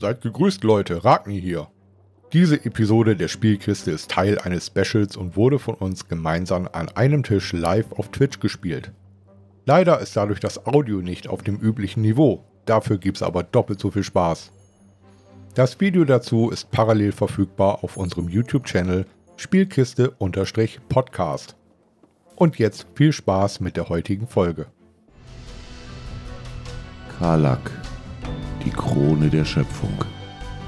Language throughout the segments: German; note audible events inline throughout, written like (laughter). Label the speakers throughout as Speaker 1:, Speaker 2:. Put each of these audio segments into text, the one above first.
Speaker 1: Seid gegrüßt, Leute. Ragni hier. Diese Episode der Spielkiste ist Teil eines Specials und wurde von uns gemeinsam an einem Tisch live auf Twitch gespielt. Leider ist dadurch das Audio nicht auf dem üblichen Niveau. Dafür gibt's aber doppelt so viel Spaß. Das Video dazu ist parallel verfügbar auf unserem YouTube-Channel Spielkiste-Podcast. Und jetzt viel Spaß mit der heutigen Folge.
Speaker 2: Karlak, die Krone der Schöpfung.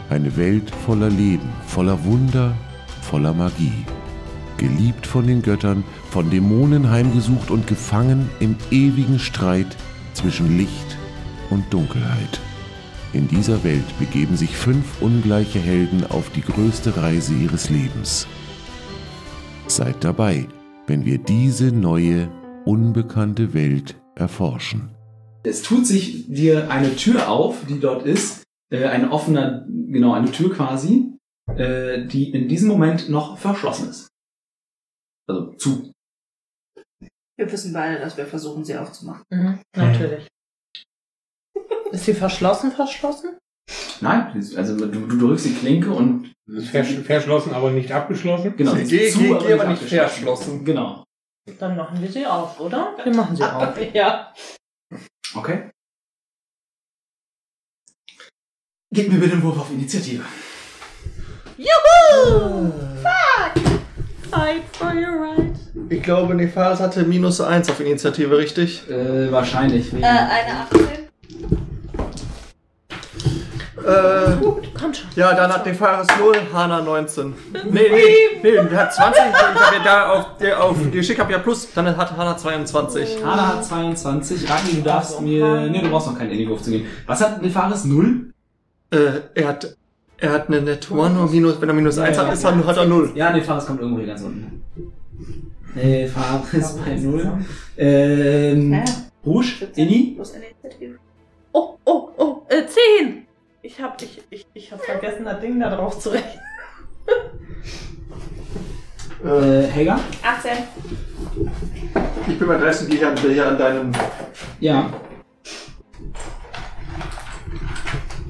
Speaker 2: Eine Welt voller Leben, voller Wunder, voller Magie. Geliebt von den Göttern, von Dämonen heimgesucht und gefangen im ewigen Streit zwischen Licht und Dunkelheit. In dieser Welt begeben sich fünf ungleiche Helden auf die größte Reise ihres Lebens. Seid dabei, wenn wir diese neue, unbekannte Welt erforschen.
Speaker 3: Es tut sich dir eine Tür auf, die dort ist, äh, ein offener, genau, eine Tür quasi, äh, die in diesem Moment noch verschlossen ist. Also zu.
Speaker 4: Wir wissen beide, dass wir versuchen, sie aufzumachen.
Speaker 5: Mhm,
Speaker 3: Hm.
Speaker 5: natürlich. Ist sie verschlossen, verschlossen?
Speaker 3: Nein, die ist- also du, du drückst die Klinke und
Speaker 6: Äh, Versch verschlossen, aber nicht abgeschlossen.
Speaker 3: genau,
Speaker 7: Geh-
Speaker 3: sie ist
Speaker 7: geh- geh aber nicht
Speaker 3: abgeschlossen.
Speaker 7: verschlossen.
Speaker 3: Genau.
Speaker 5: Dann machen wir sie auf, oder? Wir machen sie auf.
Speaker 3: (laughs)
Speaker 4: Ja.
Speaker 3: Okay. Gib mir bitte einen Wurf auf Initiative.
Speaker 5: Fight for your right.
Speaker 7: Ich glaube, Nefaris hatte minus 1 auf Initiative, richtig?
Speaker 3: Äh, wahrscheinlich. wegen-
Speaker 4: Äh, eine 18.
Speaker 7: Äh,
Speaker 5: Komm schon.
Speaker 7: ja, dann hat Nefaris 0, Hana 19. Nee, nee, nee, der hat 20. Ich hab ja da auf, der auf Geschick hab ja plus, dann hat Hana 22.
Speaker 3: Hana hat 22. Ragni, du darfst mir. Nee, du brauchst noch keinen Endwurf zu gehen. Was hat Nefaris? Null?
Speaker 7: Äh, er hat, er hat eine Net One und minus, wenn er minus 1 hat, ist er, hat er 0.
Speaker 3: Ja, Nefaris kommt irgendwo hier ganz unten. Nefaris bei Null. Ähm.
Speaker 4: Ja.
Speaker 3: Rouge, Inni?
Speaker 4: Plus Initiative.
Speaker 5: Oh, oh, oh, äh, 10. Ich hab, ich, ich, ich hab vergessen, das Ding da drauf zu rechnen.
Speaker 3: Äh, Helga?
Speaker 4: 18.
Speaker 7: Ich bin mal dressen, die an, hier an deinem.
Speaker 3: Ja. (laughs)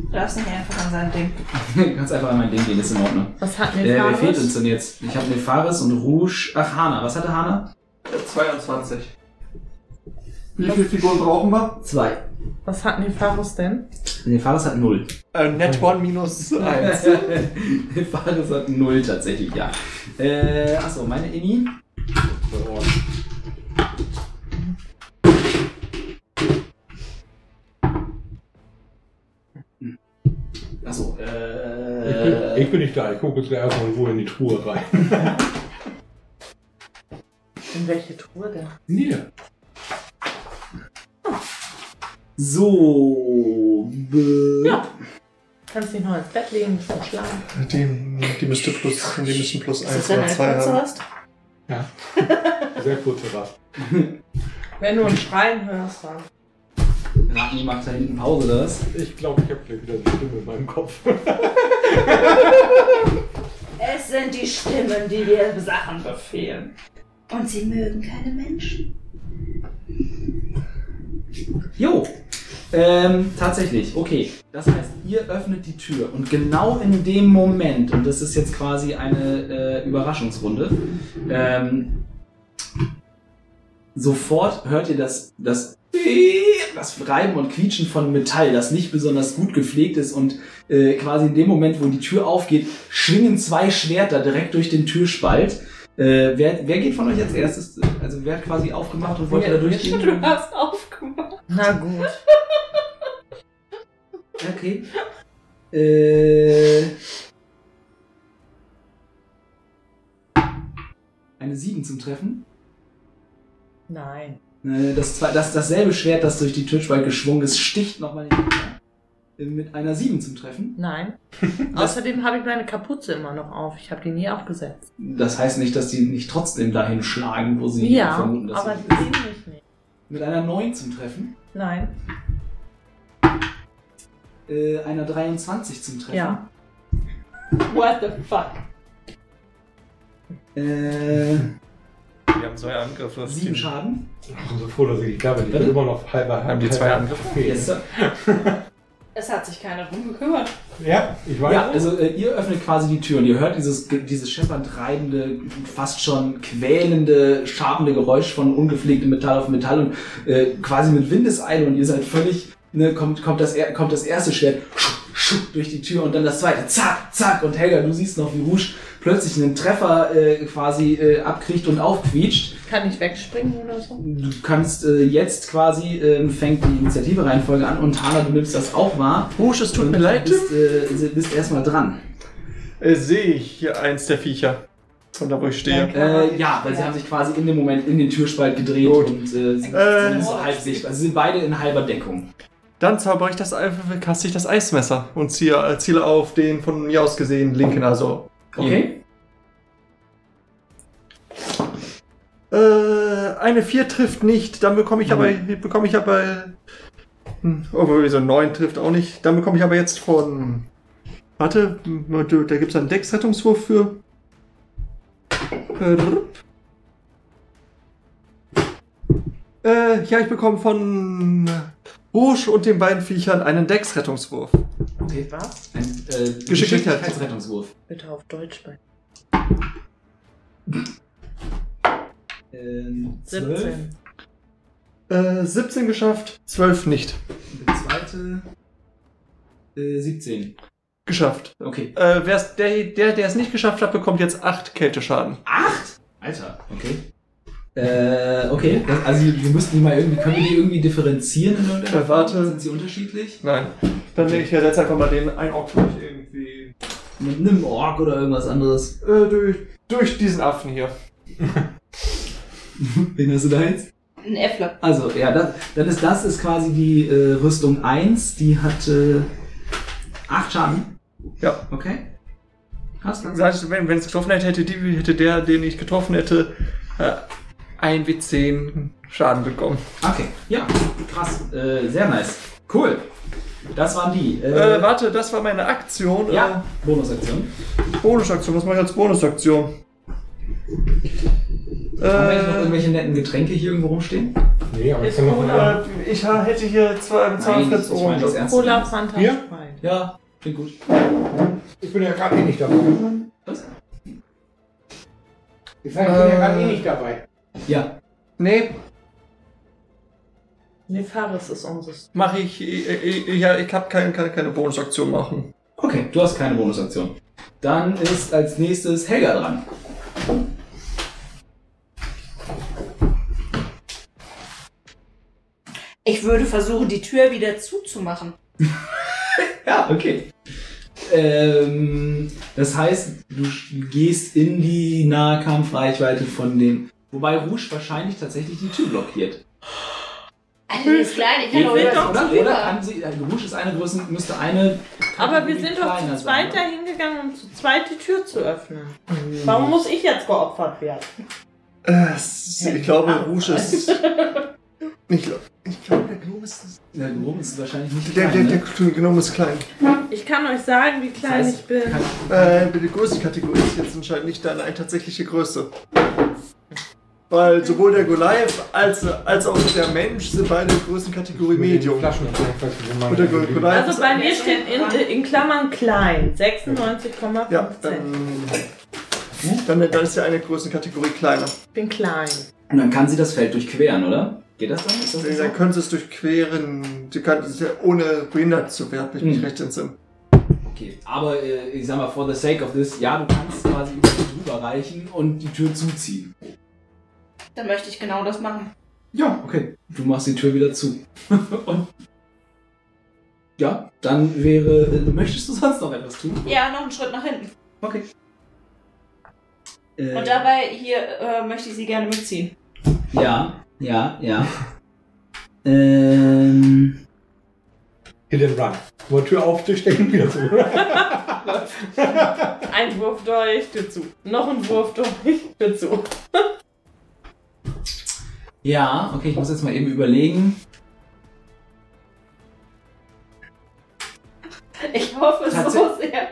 Speaker 4: Du darfst nicht einfach an sein Ding.
Speaker 3: ganz einfach an mein Ding gehen, ist in Ordnung.
Speaker 5: Was hat
Speaker 3: Äh, wer fehlt uns
Speaker 5: Nefaris?
Speaker 3: denn jetzt? Ich habe Nefaris und Rouge. Ach, Hana. Was hatte Hana?
Speaker 7: 22. äh, Wie viele Figuren brauchen wir?
Speaker 3: Zwei.
Speaker 5: Was hat Nefaris denn?
Speaker 3: Nefaris hat null.
Speaker 7: Äh, Net One minus 1.
Speaker 3: (laughs) Nefaris hat null tatsächlich, ja. Äh, achso, meine Inni? Achso,
Speaker 6: Ich bin, (laughs)
Speaker 3: äh.
Speaker 6: ich bin nicht da, ich gucke jetzt erstmal irgendwo in die Truhe rein.
Speaker 3: (laughs)
Speaker 5: In welche Truhe denn?
Speaker 6: Hier.
Speaker 3: So. b-
Speaker 5: Ja. Kannst dich noch ins Bett legen, schon schlafen.
Speaker 8: Dem, die müsste plus, die müssen plus
Speaker 4: Ist das
Speaker 8: 1
Speaker 4: denn
Speaker 8: oder 2
Speaker 4: eine kurze
Speaker 8: haben.
Speaker 4: Rast?
Speaker 6: Ja. Sehr kurze Rast.
Speaker 5: Wenn du ein Schreien hörst, dann.
Speaker 3: Ragni macht da hinten Pause, oder was?
Speaker 6: Ich glaube, ich habe gleich wieder eine Stimme in meinem Kopf. (laughs)
Speaker 4: Es sind die Stimmen, die dir Sachen befehlen. Und sie mögen keine Menschen.
Speaker 3: Jo. Ähm, tatsächlich, okay. Das heißt, ihr öffnet die Tür und genau in dem Moment, und das ist jetzt quasi eine äh, Überraschungsrunde, ähm, sofort hört ihr das, das, das Reiben und Quietschen von Metall, das nicht besonders gut gepflegt ist und äh, quasi in dem Moment, wo die Tür aufgeht, schwingen zwei Schwerter direkt durch den Türspalt. Äh, wer, wer geht von euch als erstes? Also wer hat quasi aufgemacht und wollte da durchgehen?
Speaker 4: Du hast aufgemacht.
Speaker 5: Na gut.
Speaker 3: Okay. Äh. Eine 7 zum Treffen.
Speaker 5: Nein.
Speaker 3: Äh, Das, zwei- das, dasselbe Schwert, das durch die Türspalt geschwungen ist, sticht nochmal den Gegner. Äh, Mit einer 7 zum Treffen.
Speaker 5: Nein.
Speaker 3: (laughs) Das-
Speaker 5: Außerdem habe ich meine Kapuze immer noch auf. Ich habe die nie aufgesetzt.
Speaker 3: Das heißt nicht, dass die nicht trotzdem dahin schlagen, wo sie
Speaker 5: ja,
Speaker 3: vermuten, dass
Speaker 5: aber
Speaker 3: sie
Speaker 5: die sehen mich nicht.
Speaker 3: Mit einer 9 zum Treffen.
Speaker 5: Nein.
Speaker 3: Äh, einer 23 zum Treffen.
Speaker 5: Ja.
Speaker 4: What the fuck?
Speaker 3: Äh,
Speaker 9: Wir haben zwei Angriffe.
Speaker 3: 7 Schaden.
Speaker 6: Ich bin so froh, dass ich nicht da bin. Ich bin immer noch halber halber.
Speaker 9: Haben die zwei
Speaker 6: halber
Speaker 9: Angriffe?
Speaker 6: Kaffee.
Speaker 3: Yes, sir.
Speaker 5: Es hat sich keiner drum gekümmert.
Speaker 6: Ja, ich weiß.
Speaker 3: Ja, also äh, ihr öffnet quasi die Tür und ihr hört dieses, dieses scheppernd reibende, fast schon quälende, schabende Geräusch von ungepflegtem Metall auf Metall und äh, quasi mit Windeseile und ihr seid völlig, ne, kommt, kommt, das, er- kommt das erste Schwert schuh, schuh, durch die Tür und dann das zweite, zack, zack und Helga, du siehst noch, wie Rouge plötzlich einen Treffer äh, quasi äh, abkriegt und aufquietscht.
Speaker 5: Kann ich wegspringen oder so?
Speaker 3: Du kannst äh, jetzt quasi, ähm, fängt die Initiative-Reihenfolge an und Hana, du nimmst das auch wahr.
Speaker 10: Husch, es tut
Speaker 3: Und
Speaker 10: mir leid.
Speaker 3: Bist, äh, bist erstmal dran.
Speaker 7: Äh, sehe ich hier eins der Viecher. Von da, wo ich stehe.
Speaker 3: Äh, ja, weil sie haben sich quasi in dem Moment in den Türspalt gedreht
Speaker 7: Gut.
Speaker 3: und äh, sind,
Speaker 7: Äh.
Speaker 3: sind so halb sichtbar. Also Sie sind beide in halber Deckung.
Speaker 7: Dann zauber ich das, Ei- kaste ich das Eismesser und ziehe, äh, ziele auf den von mir aus gesehen linken, also.
Speaker 3: Okay?
Speaker 7: Äh, eine 4 trifft nicht, dann bekomme ich aber, bekomme ich aber, hm, obwohl so 9 trifft auch nicht, dann bekomme ich aber jetzt von, warte, hm, da gibt's einen Decksrettungswurf für. Äh, drup. Äh, ja, ich bekomme von Busch und den beiden Viechern einen Decksrettungswurf.
Speaker 3: Okay.
Speaker 5: Was?
Speaker 3: Ein äh,
Speaker 7: Geschicklichkeit.
Speaker 3: Geschicklichkeitsrettungswurf.
Speaker 5: Bitte auf Deutsch sprechen.
Speaker 3: Ähm, 12.
Speaker 5: 17.
Speaker 7: Äh, 17 geschafft, 12 nicht
Speaker 3: Der zweite. Äh, 17.
Speaker 7: geschafft.
Speaker 3: Okay.
Speaker 7: Äh, wer's, der, der, der es nicht geschafft hat, bekommt jetzt 8 Kälteschaden.
Speaker 3: Acht? Alter, okay. Äh, okay. Das, also wir müssten die mal irgendwie. Können wir die irgendwie differenzieren in irgendeiner
Speaker 7: Äh, warte.
Speaker 3: Form? Sind sie unterschiedlich?
Speaker 7: Nein. Dann nehme ich ja jetzt einfach mal den einen Ork durch irgendwie.
Speaker 3: Mit einem Ork oder irgendwas anderes.
Speaker 7: Äh, durch, durch diesen Affen hier.
Speaker 3: Wen hast du da jetzt?
Speaker 4: Ein Äffler.
Speaker 3: Also, ja, das, dann ist das ist quasi die äh, Rüstung 1, die hat äh, 8 Schaden.
Speaker 7: Ja.
Speaker 3: Okay. Krass, ne? ganz
Speaker 7: Sag ich, Wenn, wenn es getroffen hätte, hätte, die, hätte der, den ich getroffen hätte, äh, 1 wie 10 Schaden bekommen.
Speaker 3: Okay, ja, krass. Äh, sehr nice. Cool. Das waren die.
Speaker 7: Äh,
Speaker 3: Äh,
Speaker 7: warte, das war meine Aktion.
Speaker 3: ja, Bonusaktion.
Speaker 7: Äh, Bonusaktion, was mache ich als Bonusaktion?
Speaker 3: Haben wir eigentlich noch
Speaker 7: Äh,
Speaker 3: irgendwelche netten Getränke hier irgendwo rumstehen?
Speaker 6: nee, aber ich
Speaker 7: ich,
Speaker 6: kann noch mal.
Speaker 7: äh, ich ha- hätte hier zwei, zwei
Speaker 3: Nein,
Speaker 7: Fritz
Speaker 3: ich meine das
Speaker 7: Orange.
Speaker 3: ernst.
Speaker 5: Cola, Fanta,
Speaker 6: Bier?
Speaker 5: Sprite.
Speaker 3: Ja, klingt gut.
Speaker 6: Ich bin ja gerade eh nicht dabei.
Speaker 3: Was?
Speaker 6: Ich sag, ich bin ja gerade
Speaker 7: Äh.
Speaker 6: eh nicht dabei.
Speaker 3: Ja.
Speaker 7: Nee,
Speaker 5: Nefaris ist unseres.
Speaker 7: mache ich. Ich, ich, ich, ja, ich hab kein, kann keine Bonusaktion machen.
Speaker 3: Okay, du hast keine Bonusaktion. Dann ist als nächstes Helga dran.
Speaker 4: Ich würde versuchen, die Tür wieder zuzumachen.
Speaker 3: Ja, okay. Ähm, das heißt, du sch- gehst in die Nahkampfreichweite von dem. Wobei Rouge wahrscheinlich tatsächlich die Tür blockiert.
Speaker 4: Alter, die ist klein. Ich kann
Speaker 5: Wir
Speaker 4: doch
Speaker 5: sind
Speaker 4: nicht-
Speaker 5: doch-
Speaker 3: oder?
Speaker 5: drüber.
Speaker 3: Oder kann sie, äh, Rouge ist eine Größe, müsste eine.
Speaker 5: Aber wir sind doch
Speaker 3: kleiner
Speaker 5: zu
Speaker 3: sein,
Speaker 5: zweit
Speaker 3: oder?
Speaker 5: dahin gegangen, um zu zweit die Tür zu öffnen.
Speaker 3: Mhm.
Speaker 5: Warum muss ich jetzt geopfert werden?
Speaker 7: Äh, ich glaube, Rouge ist. Ich glaube, ich glaub, der Gnome ist.
Speaker 3: Der Gnome ist wahrscheinlich nicht
Speaker 7: Der,
Speaker 3: klein,
Speaker 7: der, der
Speaker 3: ne?
Speaker 7: Gnome ist klein.
Speaker 5: Ich kann euch sagen, wie klein
Speaker 3: Das heißt,
Speaker 5: ich bin.
Speaker 3: kann-
Speaker 7: Äh, die Größenkategorie ist jetzt anscheinend nicht deine tatsächliche Größe. Weil sowohl der Goliath als, als auch der Mensch sind beide Größenkategorie Medium.
Speaker 6: Flaschen. Ich weiß nicht, wo meine
Speaker 7: Und der
Speaker 6: liegen.
Speaker 7: Goliath
Speaker 5: Also
Speaker 7: ist.
Speaker 5: bei mir steht in, in Klammern klein. 96,5
Speaker 7: Ja,
Speaker 5: Cent.
Speaker 7: dann. Dann, dann ist ja eine Größenkategorie kleiner.
Speaker 3: ähm.
Speaker 5: Ich bin klein.
Speaker 3: Und dann kann sie das Feld durchqueren, oder? Geht das dann? Ist das nicht so?
Speaker 7: Dann können sie es durchqueren. Die kann, ja ohne behindert zu werden, wenn ich mich recht entsinne.
Speaker 3: Okay, aber äh, ich sag mal, for the sake of this, ja, du kannst quasi über die drüber reichen und die Tür zuziehen.
Speaker 4: Dann möchte ich genau das machen.
Speaker 3: Ja, okay. Du machst die Tür wieder zu. (laughs) Und ja, dann wäre. äh, Möchtest du sonst noch etwas tun?
Speaker 4: Ja, noch einen Schritt nach hinten.
Speaker 3: Okay. Äh,
Speaker 4: Und dabei hier äh, möchte ich sie gerne mitziehen. (laughs)
Speaker 3: Ja, ja, ja. ähm.
Speaker 6: Hit and Run. Wo Tür auf, Tür stecken, (laughs) wieder zu.
Speaker 5: Ein Wurf durch, Tür zu. Noch ein Wurf durch, Tür zu.
Speaker 3: Ja, okay, ich muss jetzt mal eben überlegen.
Speaker 4: Ich hoffe so
Speaker 3: Tatsächlich?
Speaker 4: sehr,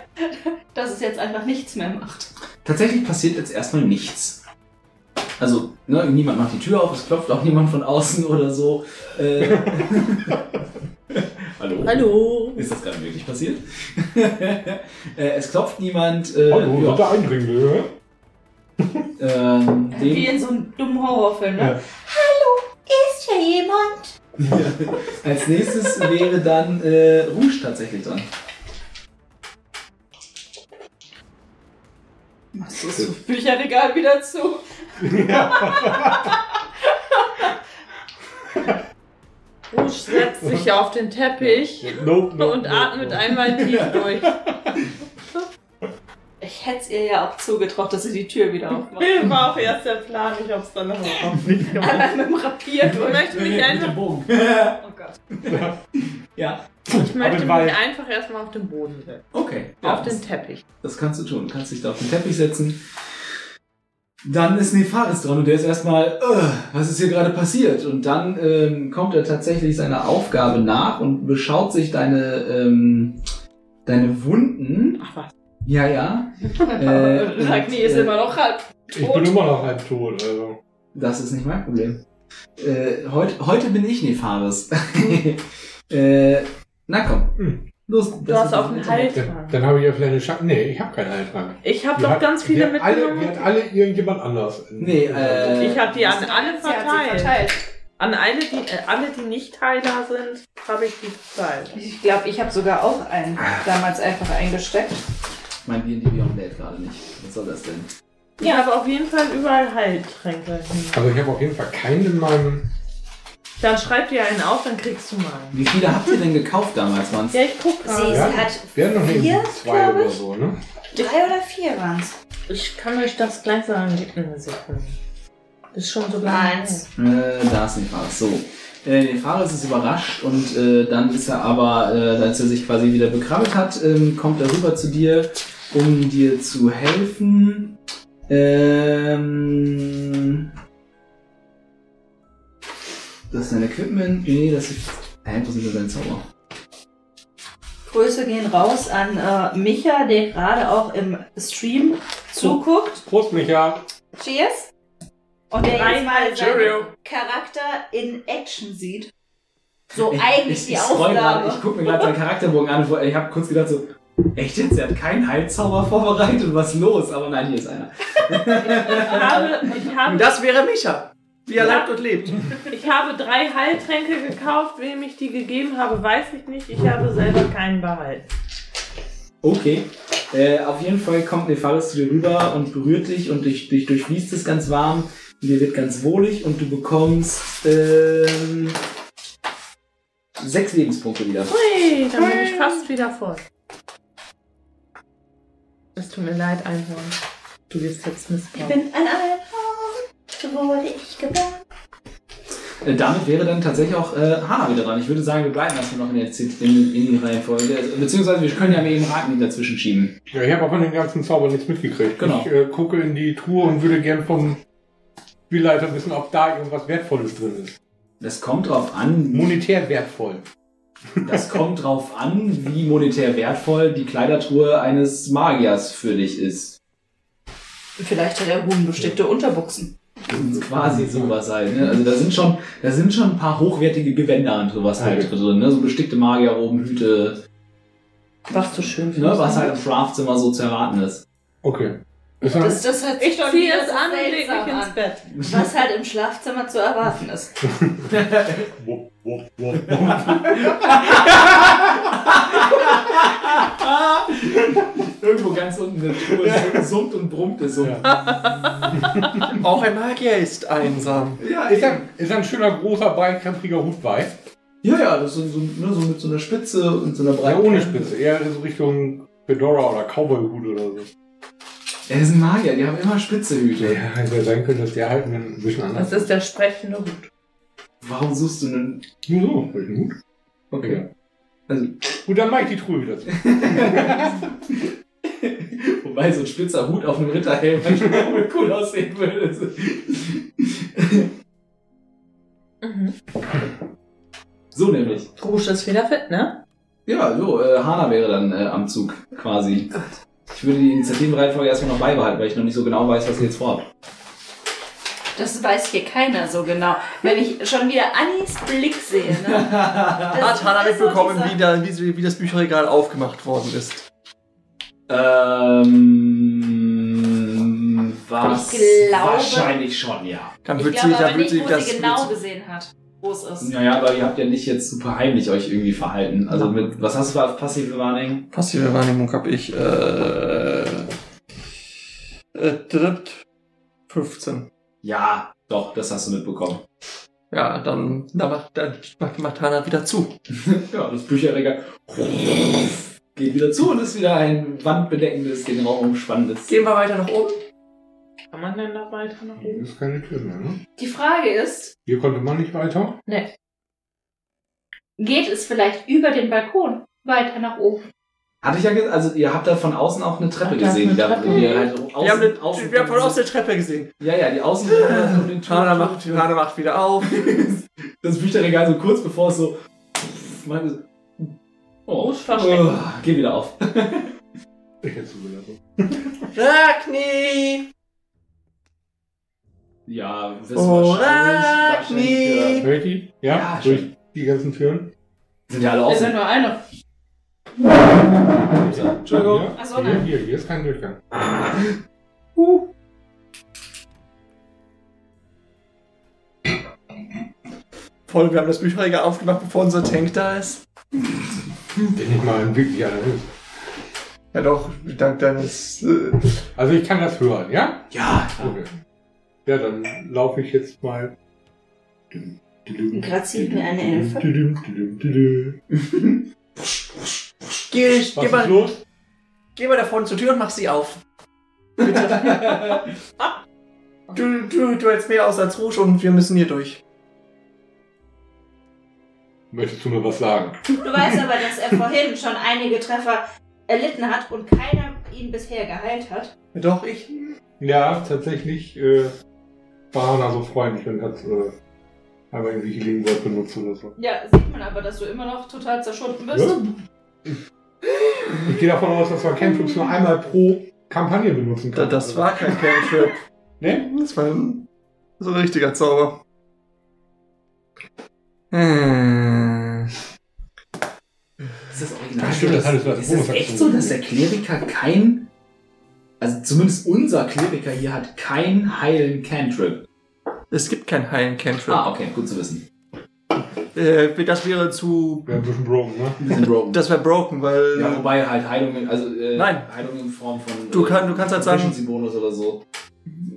Speaker 4: dass es jetzt einfach nichts mehr macht.
Speaker 3: Tatsächlich passiert jetzt erstmal nichts. Also, ne, niemand
Speaker 6: (laughs)
Speaker 3: macht die Tür auf, es klopft auch niemand von außen oder so. Äh, Hallo?
Speaker 5: Hallo.
Speaker 3: Ist das gerade wirklich passiert? (laughs) äh, es klopft niemand. Äh,
Speaker 6: Hallo,
Speaker 3: ja,
Speaker 6: sind Oh, da Eindringlinge?
Speaker 3: ähm,
Speaker 4: Wie
Speaker 8: Hm.
Speaker 3: dem,
Speaker 4: in so einem dummen Horrorfilm, ne?
Speaker 6: Ja.
Speaker 4: Hallo, ist hier jemand?
Speaker 3: als nächstes wäre dann äh, Rouge tatsächlich dran.
Speaker 5: Das ist das Bücherregal wieder zu. Rouge setzt sich auf den Teppich
Speaker 6: Nope, nope,
Speaker 5: und
Speaker 6: nope,
Speaker 5: atmet
Speaker 6: nope.
Speaker 5: einmal tief
Speaker 3: (laughs)
Speaker 5: durch.
Speaker 4: Ich hätte es ihr ja auch zugetraut, dass sie die Tür wieder aufmacht.
Speaker 5: Film war auch erst der Plan, ich hab's dann aber auch nicht gemacht.
Speaker 4: Einmal mit dem Rapier
Speaker 5: Ich
Speaker 4: durch.
Speaker 5: möchte mich
Speaker 3: Mit dem
Speaker 5: einfach, (laughs)
Speaker 3: Bogen.
Speaker 4: Oh Gott.
Speaker 3: (laughs) Ja,
Speaker 5: ich möchte
Speaker 6: Aber
Speaker 5: mich
Speaker 6: weil-
Speaker 5: einfach erstmal auf den Boden setzen.
Speaker 3: okay. Ja,
Speaker 5: Auf den
Speaker 3: das,
Speaker 5: Teppich.
Speaker 3: das kannst du tun. Du kannst dich da auf den Teppich setzen. Dann ist Nefaris dran und der ist erstmal, "Ugh, was ist hier gerade passiert? Und dann ähm, kommt er tatsächlich seiner Aufgabe nach und beschaut sich deine, ähm, deine Wunden.
Speaker 5: Ach was.
Speaker 3: Ja,
Speaker 5: (laughs)
Speaker 3: ja.
Speaker 5: Äh, Ragni ist
Speaker 3: äh,
Speaker 5: immer noch halb
Speaker 6: Ich bin
Speaker 5: tot.
Speaker 6: immer noch halb tot, also.
Speaker 3: Das ist nicht mein Problem. Äh, heut, heute bin ich Nefaris. (laughs) äh, na komm.
Speaker 6: Hm.
Speaker 3: Los,
Speaker 5: Du
Speaker 3: das
Speaker 5: hast
Speaker 3: ist das
Speaker 5: auch einen
Speaker 3: Internet.
Speaker 5: Halt
Speaker 6: Dann,
Speaker 5: dran.
Speaker 6: dann habe ich ja vielleicht eine Chance. Nee, ich habe keinen Heiltrank.
Speaker 5: Ich hab
Speaker 6: Die
Speaker 5: doch
Speaker 6: hat-
Speaker 5: ganz viele
Speaker 6: die hat alle, Die
Speaker 5: mitgenommen.
Speaker 6: hat alle irgendjemand anders.
Speaker 3: Nee, äh,
Speaker 5: Ich hab die an alle
Speaker 4: Sie hat sie
Speaker 5: verteilt. An alle, die, äh, alle, die nicht Heiler sind, habe ich die verteilt.
Speaker 4: Ich glaube, ich habe sogar auch einen damals einfach eingesteckt.
Speaker 3: Mein D&D Beyond lädt gerade nicht. Was soll das denn?
Speaker 5: Ich hab habe auf jeden Fall überall Heiltränke. hin.
Speaker 6: Also ich habe auf jeden Fall keinen in meinem.
Speaker 5: Dann schreib dir einen auf, dann kriegst du mal einen.
Speaker 3: Wie viele habt ihr denn gekauft damals, Mann?
Speaker 5: Ja, ich guck
Speaker 4: Sie,
Speaker 5: gerade.
Speaker 6: Ja.
Speaker 4: sie hat
Speaker 6: Wir hatten noch nicht
Speaker 4: vier,
Speaker 6: zwei
Speaker 4: glaub
Speaker 6: oder
Speaker 4: ich.
Speaker 6: so, ne?
Speaker 4: Drei oder vier waren es.
Speaker 5: Ich kann euch das gleich sagen. Gib mir eine Sekunde. Ist schon so lange
Speaker 4: Eins.
Speaker 3: Äh, da ist Nefaris. So. Äh, Nefaris ist überrascht und äh, dann ist er aber, äh, als er sich quasi wieder bekrabbelt hat, ähm, kommt er rüber zu dir, um dir zu helfen. Ähm. Das ist dein Equipment. Nee, das ist. Hä, wo sind denn dein Zauber?
Speaker 4: Grüße gehen raus an äh, Micha, der gerade auch im Stream zuguckt.
Speaker 6: Prost, Micha.
Speaker 4: Cheers. Und der jetzt mal
Speaker 7: Cheerio.
Speaker 4: seinen Charakter in Action sieht. So
Speaker 3: Ich-
Speaker 4: Oh, eigentlich
Speaker 3: ich,
Speaker 4: die
Speaker 3: ich scroll
Speaker 4: Aufgabe.
Speaker 3: Grad, ich gucke mir gerade seinen Charakterbogen an. wo- Ich habe kurz gedacht so, echt jetzt? Er hat keinen Heilzauber vorbereitet. Was los? Aber nein, hier ist einer.
Speaker 5: Ich habe, ich
Speaker 7: Und
Speaker 5: habe,
Speaker 7: das wäre Micha, wie er
Speaker 5: Ja.
Speaker 7: lebt und lebt.
Speaker 5: ich habe drei Heiltränke gekauft. Wem ich die gegeben habe, weiß ich nicht. Ich habe selber keinen behalten.
Speaker 3: Okay. Äh, auf jeden Fall kommt Nefaris zu dir rüber und berührt dich und dich, dich durchfließt es ganz warm. Und dir wird ganz wohlig und du bekommst ähm, sechs Lebenspunkte wieder.
Speaker 5: Hui, dann bin ich fast wieder voll. Es tut mir leid, Einhorn. Du wirst jetzt
Speaker 4: Ich
Speaker 5: missbraucht.
Speaker 4: bin ein Alphorn, so wurde ich geboren.
Speaker 3: Äh, damit wäre dann tatsächlich auch äh, Hana wieder dran. Ich würde sagen, wir bleiben erstmal noch in der Z- in, in der Reihenfolge. Also, Beziehungsweise wir können ja mal eben Raten dazwischen schieben.
Speaker 6: Ja, ich habe auch von den ganzen Zaubern nichts mitgekriegt.
Speaker 3: Genau.
Speaker 6: Ich äh, gucke in die Truhe und würde gern vom Spielleiter wissen, ob da irgendwas Wertvolles drin ist.
Speaker 3: Das kommt drauf an,
Speaker 6: Monetär wertvoll.
Speaker 3: das kommt drauf an, wie monetär wertvoll die Kleidertruhe eines Magiers für dich ist.
Speaker 4: Vielleicht hat er huhnbestickte Unterbuchsen.
Speaker 3: quasi sowas halt. Ne? Also da sind schon, da sind schon ein paar hochwertige Gewänder und sowas halt
Speaker 6: Okay.
Speaker 3: drin. Ne? So bestickte Magier oben, Hüte,
Speaker 5: Was du schön
Speaker 3: ne? was halt im Craftzimmer so zu erwarten ist.
Speaker 6: Okay. Ist das
Speaker 4: Das, das hört sich
Speaker 5: Ich
Speaker 4: schon
Speaker 5: ziehe
Speaker 4: wieder
Speaker 5: es
Speaker 4: so
Speaker 5: an und leg
Speaker 4: seltsam
Speaker 5: mich ins
Speaker 4: an.
Speaker 5: Bett.
Speaker 4: Was halt im Schlafzimmer zu erwarten ist.
Speaker 6: wupp, wupp, wupp, wupp.
Speaker 3: Irgendwo ganz unten eine Truhe summt und brummt es so. Ja,
Speaker 7: Auch ein Magier ist einsam.
Speaker 3: ja
Speaker 6: Ist da, ist da ein schöner, großer, beinkrempiger Hut bei?
Speaker 3: ja, ja, das ist so, ne, so mit so einer Spitze und so einer
Speaker 6: Ja,
Speaker 3: breiten.
Speaker 6: ohne Spitze. Eher so Richtung Fedora oder Cowboy-Hut oder so.
Speaker 3: Er ist ein Magier, die haben immer spitze Hüte.
Speaker 6: Ja, hätte ja sein können, dass der halt ein bisschen anders
Speaker 5: Das ist der sprechende Hut.
Speaker 3: Warum suchst du einen.
Speaker 6: Nur so, welchen Hut?
Speaker 3: Okay.
Speaker 6: Okay.
Speaker 3: Also,
Speaker 6: Gut, dann mach ich die Truhe wieder zu.
Speaker 3: Wobei so ein spitzer Hut auf einem Ritterhelm (laughs) manchmal wohl cool aussehen würde.
Speaker 5: Mhm.
Speaker 3: So nämlich.
Speaker 5: Rouge ist wieder fit, ne?
Speaker 3: Ja, so, äh, Hana wäre dann äh, am Zug, quasi. Ich würde die Initiativenreihenfolge erstmal noch beibehalten, weil ich noch nicht so genau weiß, was ihr jetzt vorhabt.
Speaker 4: Das weiß hier keiner so genau. Wenn ich schon wieder Annis Blick sehe, ne? Das
Speaker 7: Hat Hannah
Speaker 4: ist so
Speaker 7: mitbekommen,
Speaker 4: dieser-
Speaker 7: wie, da, wie, sie- wie das Bücherregal aufgemacht worden ist.
Speaker 3: Ähm, was?
Speaker 4: Ich glaube-
Speaker 3: wahrscheinlich schon, ja.
Speaker 7: Dann
Speaker 4: Ich
Speaker 7: wird
Speaker 4: glaube
Speaker 7: sie, dann
Speaker 4: aber
Speaker 7: wird
Speaker 4: nicht,
Speaker 7: sie
Speaker 4: wo
Speaker 7: das.
Speaker 4: sie
Speaker 7: wird
Speaker 4: genau
Speaker 7: sie-
Speaker 4: gesehen hat, wo es ist.
Speaker 3: Naja, aber ihr habt ja nicht jetzt super heimlich euch irgendwie verhalten. Also mit, was hast du für passive Warning?
Speaker 7: Passive Wahrnehmung habe ich.
Speaker 9: Äh, äh, dritt 15.
Speaker 3: Ja, doch, das hast du mitbekommen.
Speaker 7: Ja, dann, dann, macht, dann macht Hannah wieder zu.
Speaker 3: Ja, das Bücherregal geht wieder zu und ist wieder ein wandbedeckendes, den Raum umspannendes.
Speaker 7: Gehen wir weiter nach oben.
Speaker 5: Kann man denn da weiter nach
Speaker 6: Hier
Speaker 5: oben?
Speaker 6: ist keine Tür mehr, ne?
Speaker 4: Die Frage ist,
Speaker 6: Hier konnte man nicht weiter.
Speaker 4: geht es vielleicht über den Balkon weiter nach oben?
Speaker 3: Hatte ich ja gesagt, also ihr habt da von außen auch eine Treppe
Speaker 5: Ach, da ist
Speaker 3: gesehen.
Speaker 5: eine
Speaker 3: da,
Speaker 5: Treppe.
Speaker 3: Ihr halt außen,
Speaker 7: wir haben, eine,
Speaker 3: außen,
Speaker 7: wir haben von außen eine Treppe gesehen.
Speaker 3: Ja, (laughs) ja, die Außentreppe
Speaker 7: (laughs)
Speaker 3: und den Tür.
Speaker 7: Hannah macht, Hannah macht
Speaker 3: (laughs)
Speaker 7: wieder auf.
Speaker 3: das Bücherregal so kurz bevor es so. Meine, so- oh,
Speaker 5: Muss versteckt.
Speaker 3: Ah, geh wieder auf.
Speaker 6: Ich hätte zugelassen.
Speaker 7: Ragni!
Speaker 3: Ja, wissen
Speaker 7: Oh,
Speaker 3: wahrscheinlich.
Speaker 7: Ragni!
Speaker 3: wahrscheinlich, äh,
Speaker 6: Hört ihr? Ja,
Speaker 3: Ja,
Speaker 6: durch
Speaker 3: schon.
Speaker 6: die ganzen Türen.
Speaker 3: Sind ja alle
Speaker 5: Ist ja
Speaker 3: offen.
Speaker 5: nur eine.
Speaker 3: Entschuldigung.
Speaker 6: Hier,
Speaker 4: Ach so,
Speaker 6: hier,
Speaker 4: nein.
Speaker 6: hier, hier ist kein Durchgang.
Speaker 7: Voll, wir haben das Bücherregal aufgemacht, bevor unser Tank da ist.
Speaker 6: Den ich mal wirklich alle ist.
Speaker 9: Ja doch, dank deines... Äh,
Speaker 6: Also ich kann das hören, ja?
Speaker 3: Ja,
Speaker 6: Okay. Ja, dann laufe ich jetzt mal.
Speaker 4: Grad sieht mir eine Elfe.
Speaker 7: Geh,
Speaker 6: Was
Speaker 7: geh,
Speaker 6: ist
Speaker 7: mal,
Speaker 6: los?
Speaker 7: geh mal da vorne zur Tür und mach sie auf. Bitte. du, du, du hältst mehr aus als Rouge und wir müssen hier durch.
Speaker 6: Möchtest du mir was sagen?
Speaker 4: Du weißt aber, dass er vorhin schon einige Treffer erlitten hat und keiner ihn bisher geheilt hat.
Speaker 7: Doch, ich.
Speaker 6: Ja, tatsächlich äh, war Hannah so freundlich und hat äh, einmal irgendwie Healing Word benutzt oder so.
Speaker 4: Ja, sieht man aber, dass du immer noch total zerschunden bist.
Speaker 6: Ja. Ich gehe davon aus, dass man Cantrips nur einmal pro Kampagne benutzen
Speaker 7: Da,
Speaker 6: kann.
Speaker 7: das war kein Cantrip.
Speaker 6: Ne?
Speaker 9: das war ein, so ein richtiger Zauber.
Speaker 7: Äh,
Speaker 9: Hm.
Speaker 3: Ist das original?
Speaker 6: Ach, stimmt, das hattest du als
Speaker 3: ist
Speaker 6: Bonus
Speaker 3: es echt so,
Speaker 6: dazu.
Speaker 3: dass der Kleriker kein. Also zumindest unser Kleriker hier hat keinen heilen Cantrip.
Speaker 7: Es gibt keinen heilen Cantrip.
Speaker 3: Ah, okay, gut zu wissen.
Speaker 7: Äh, das wäre zu.
Speaker 6: Wäre ein bisschen broken, ne?
Speaker 3: Wir sind broken.
Speaker 7: Das wäre broken, weil.
Speaker 3: ja, wobei halt Heilung, in- also äh,
Speaker 7: Nein.
Speaker 3: Heilung in Form von.
Speaker 7: Du
Speaker 3: äh,
Speaker 7: kann- du kannst halt sagen-
Speaker 3: Proficiency Bonus oder so.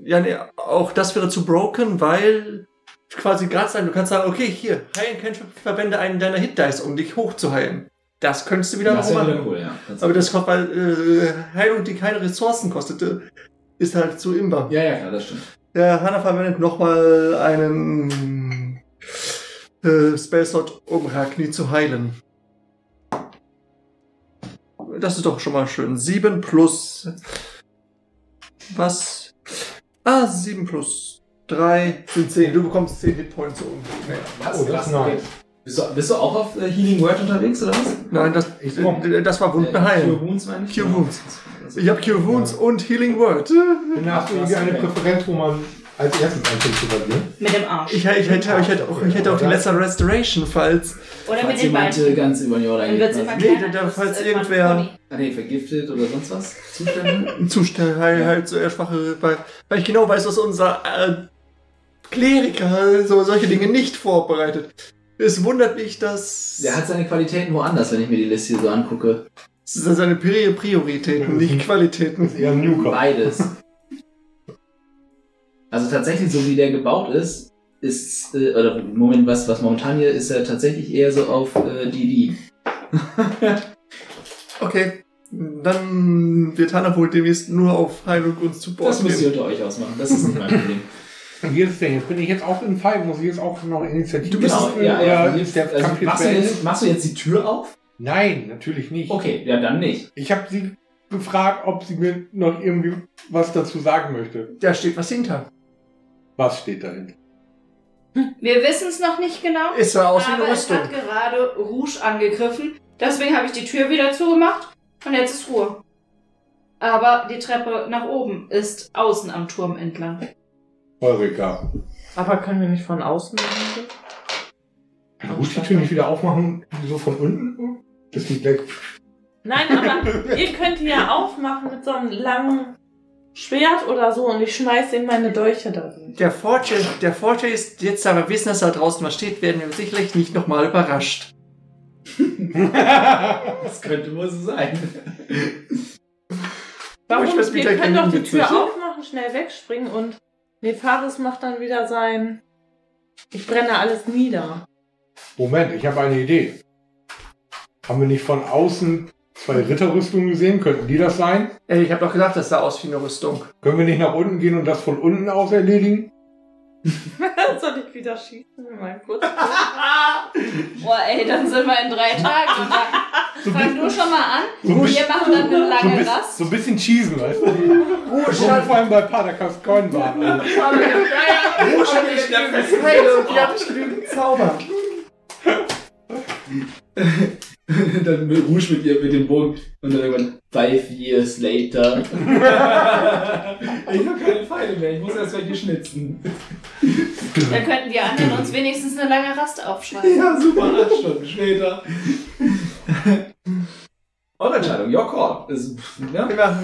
Speaker 7: Ja, nee, auch das wäre zu broken, weil quasi gerade sein, du kannst sagen, okay, hier, heilen Cantrip, verwende einen deiner Hit Dice, um dich hochzuheilen. Das könntest du wieder
Speaker 3: das
Speaker 7: noch
Speaker 3: wäre
Speaker 7: machen.
Speaker 3: wieder cool, ja. Das
Speaker 7: Genau, Aber das kommt, weil äh, Heilung, die keine Ressourcen kostete, ist halt zu imbar.
Speaker 3: ja, ja, klar, das stimmt.
Speaker 6: Oh,
Speaker 7: Der Hanna verwendet nochmal einen äh, Spellslot, um Ragni zu heilen. Das ist doch schon mal schön. 7 plus. Was? Ah, 7 plus 3 sind 10. Du bekommst 10 Hitpoints um.
Speaker 3: Was?
Speaker 6: Oh, das ist nice.
Speaker 3: Bist du, bist du auch auf äh, Healing Word unterwegs oder was?
Speaker 7: Nein, das,
Speaker 6: Ich-
Speaker 7: äh, das war Wunden
Speaker 3: Cure
Speaker 7: heilen.
Speaker 3: Wounds meine ich?
Speaker 7: Cure Wounds.
Speaker 3: Also,
Speaker 7: Ich habe Cure Wounds und Healing Word.
Speaker 6: Dann hast du irgendwie eine Präferenz, wo man als erstes ne? anfängt zu verlieren.
Speaker 4: Mit dem Arsch.
Speaker 7: Ich, ich, hätte, ich, hätte auch, ich hätte auch die letzte Restoration, falls.
Speaker 4: Oder
Speaker 3: Falls
Speaker 4: mit den
Speaker 3: jemand
Speaker 4: beiden.
Speaker 3: äh, ganz über die Oder
Speaker 4: Dann wird es immer
Speaker 3: geht,
Speaker 7: Nee,
Speaker 4: kleiner.
Speaker 7: da-
Speaker 4: Das
Speaker 7: falls
Speaker 4: ist irgendwann
Speaker 7: irgendwer-
Speaker 4: Pony.
Speaker 3: Ah, nee, vergiftet oder sonst was? Zustände? (laughs)
Speaker 7: Zustände, halt, halt so eher schwache, weil, weil ich genau weiß, dass unser äh, Kleriker halt so, solche Dinge nicht vorbereitet. Es wundert mich, dass
Speaker 3: Der hat seine Qualitäten woanders, wenn ich mir die Liste hier so angucke.
Speaker 7: se- seine Pri- Prioritäten,
Speaker 3: Mhm.
Speaker 7: nicht Qualitäten.
Speaker 6: Das ist eher ein Newcomer.
Speaker 3: Beides. Also tatsächlich, so wie der gebaut ist, ist, äh, oder Moment, was, was momentan hier ist, er tatsächlich eher so auf äh, DD.
Speaker 7: Okay, dann wird Hannah wohl demnächst nur auf Heilung und Support
Speaker 3: Das müsst ihr
Speaker 7: gehen.
Speaker 3: unter euch ausmachen, das ist nicht mein (laughs) Problem.
Speaker 6: Und wie ist es denn jetzt? Bin ich jetzt auch im Fall? Muss ich jetzt auch noch Initiative
Speaker 7: Du bist-
Speaker 6: würfeln?
Speaker 3: Genau, ja, äh, ja,
Speaker 6: oder ist der
Speaker 3: also,
Speaker 6: Kampf jetzt
Speaker 3: machst, du
Speaker 6: beendet?
Speaker 3: jetzt, machst du jetzt die Tür auf?
Speaker 6: Nein, natürlich nicht.
Speaker 3: Okay, ja, dann nicht.
Speaker 6: Ich habe sie gefragt, ob sie mir noch irgendwie was dazu sagen möchte.
Speaker 7: Da steht was hinter.
Speaker 6: Was steht dahinter?
Speaker 4: Wir wissen es noch nicht genau.
Speaker 7: Es sah aus wie eine
Speaker 4: aber es
Speaker 7: Rüstung.
Speaker 4: hat gerade Rouge angegriffen. Deswegen habe ich die Tür wieder zugemacht und jetzt ist Ruhe.
Speaker 6: (laughs)
Speaker 4: Aber die Treppe nach oben ist außen am Turm entlang.
Speaker 6: Eureka.
Speaker 5: Aber können wir nicht von außen machen?
Speaker 6: Kann ruhig die Tür nicht wieder aufmachen, so von unten? Das geht gleich.
Speaker 5: Nein, aber ihr könnt die ja aufmachen mit so einem langen Schwert oder so und ich schmeiß ihm meine Dolche da rein.
Speaker 7: Der Vorteil, der Vorteil ist, jetzt da wir wissen, dass da draußen was steht, werden wir sicherlich nicht nochmal überrascht.
Speaker 3: Das könnte wohl so sein. (laughs)
Speaker 5: Warum?
Speaker 7: Ich weiß, wie
Speaker 5: Wir
Speaker 7: gleich
Speaker 5: können
Speaker 7: der
Speaker 5: doch die
Speaker 7: Wind
Speaker 5: Tür
Speaker 7: ist, ne?
Speaker 5: aufmachen, schnell wegspringen und Nefaris macht dann wieder sein Ich brenne alles nieder. (laughs)
Speaker 6: Moment, ich habe eine Idee. Haben wir nicht von außen zwei Ritterrüstungen gesehen? Könnten die das sein?
Speaker 7: Ey, Äh, ich habe doch gedacht, das sah aus wie eine Rüstung.
Speaker 6: Können wir nicht nach unten gehen und das von unten aus erledigen?
Speaker 5: Soll ich wieder schießen? Mal kurz.
Speaker 4: (laughs) Boah, ey, dann sind wir in drei
Speaker 5: (laughs)
Speaker 4: Tagen.
Speaker 6: So
Speaker 4: Fang
Speaker 6: bi-
Speaker 4: du schon mal an.
Speaker 6: so bi-
Speaker 4: Wir machen dann eine
Speaker 6: so
Speaker 4: lange
Speaker 6: bis-
Speaker 4: Rast.
Speaker 6: so ein bisschen
Speaker 4: (laughs)
Speaker 6: cheesen, weißt du?
Speaker 7: Ruhe,
Speaker 6: Wo wir vor allem bei Padakas Coin waren. Also.
Speaker 7: Ruhe, Schande, ich
Speaker 9: und die hat genügend Zauber.
Speaker 3: dann mit Rouge mit ihr mit dem Bogen und dann irgendwann five years (laughs) later. ich habe keine Pfeile mehr, ich muss erst welche schnitzen.
Speaker 4: Dann könnten die anderen uns wenigstens eine lange Rast aufschreiben.
Speaker 3: Ja, super, acht Stunden später. Eure Entscheidung, your call. Ist, ne?
Speaker 9: Mach,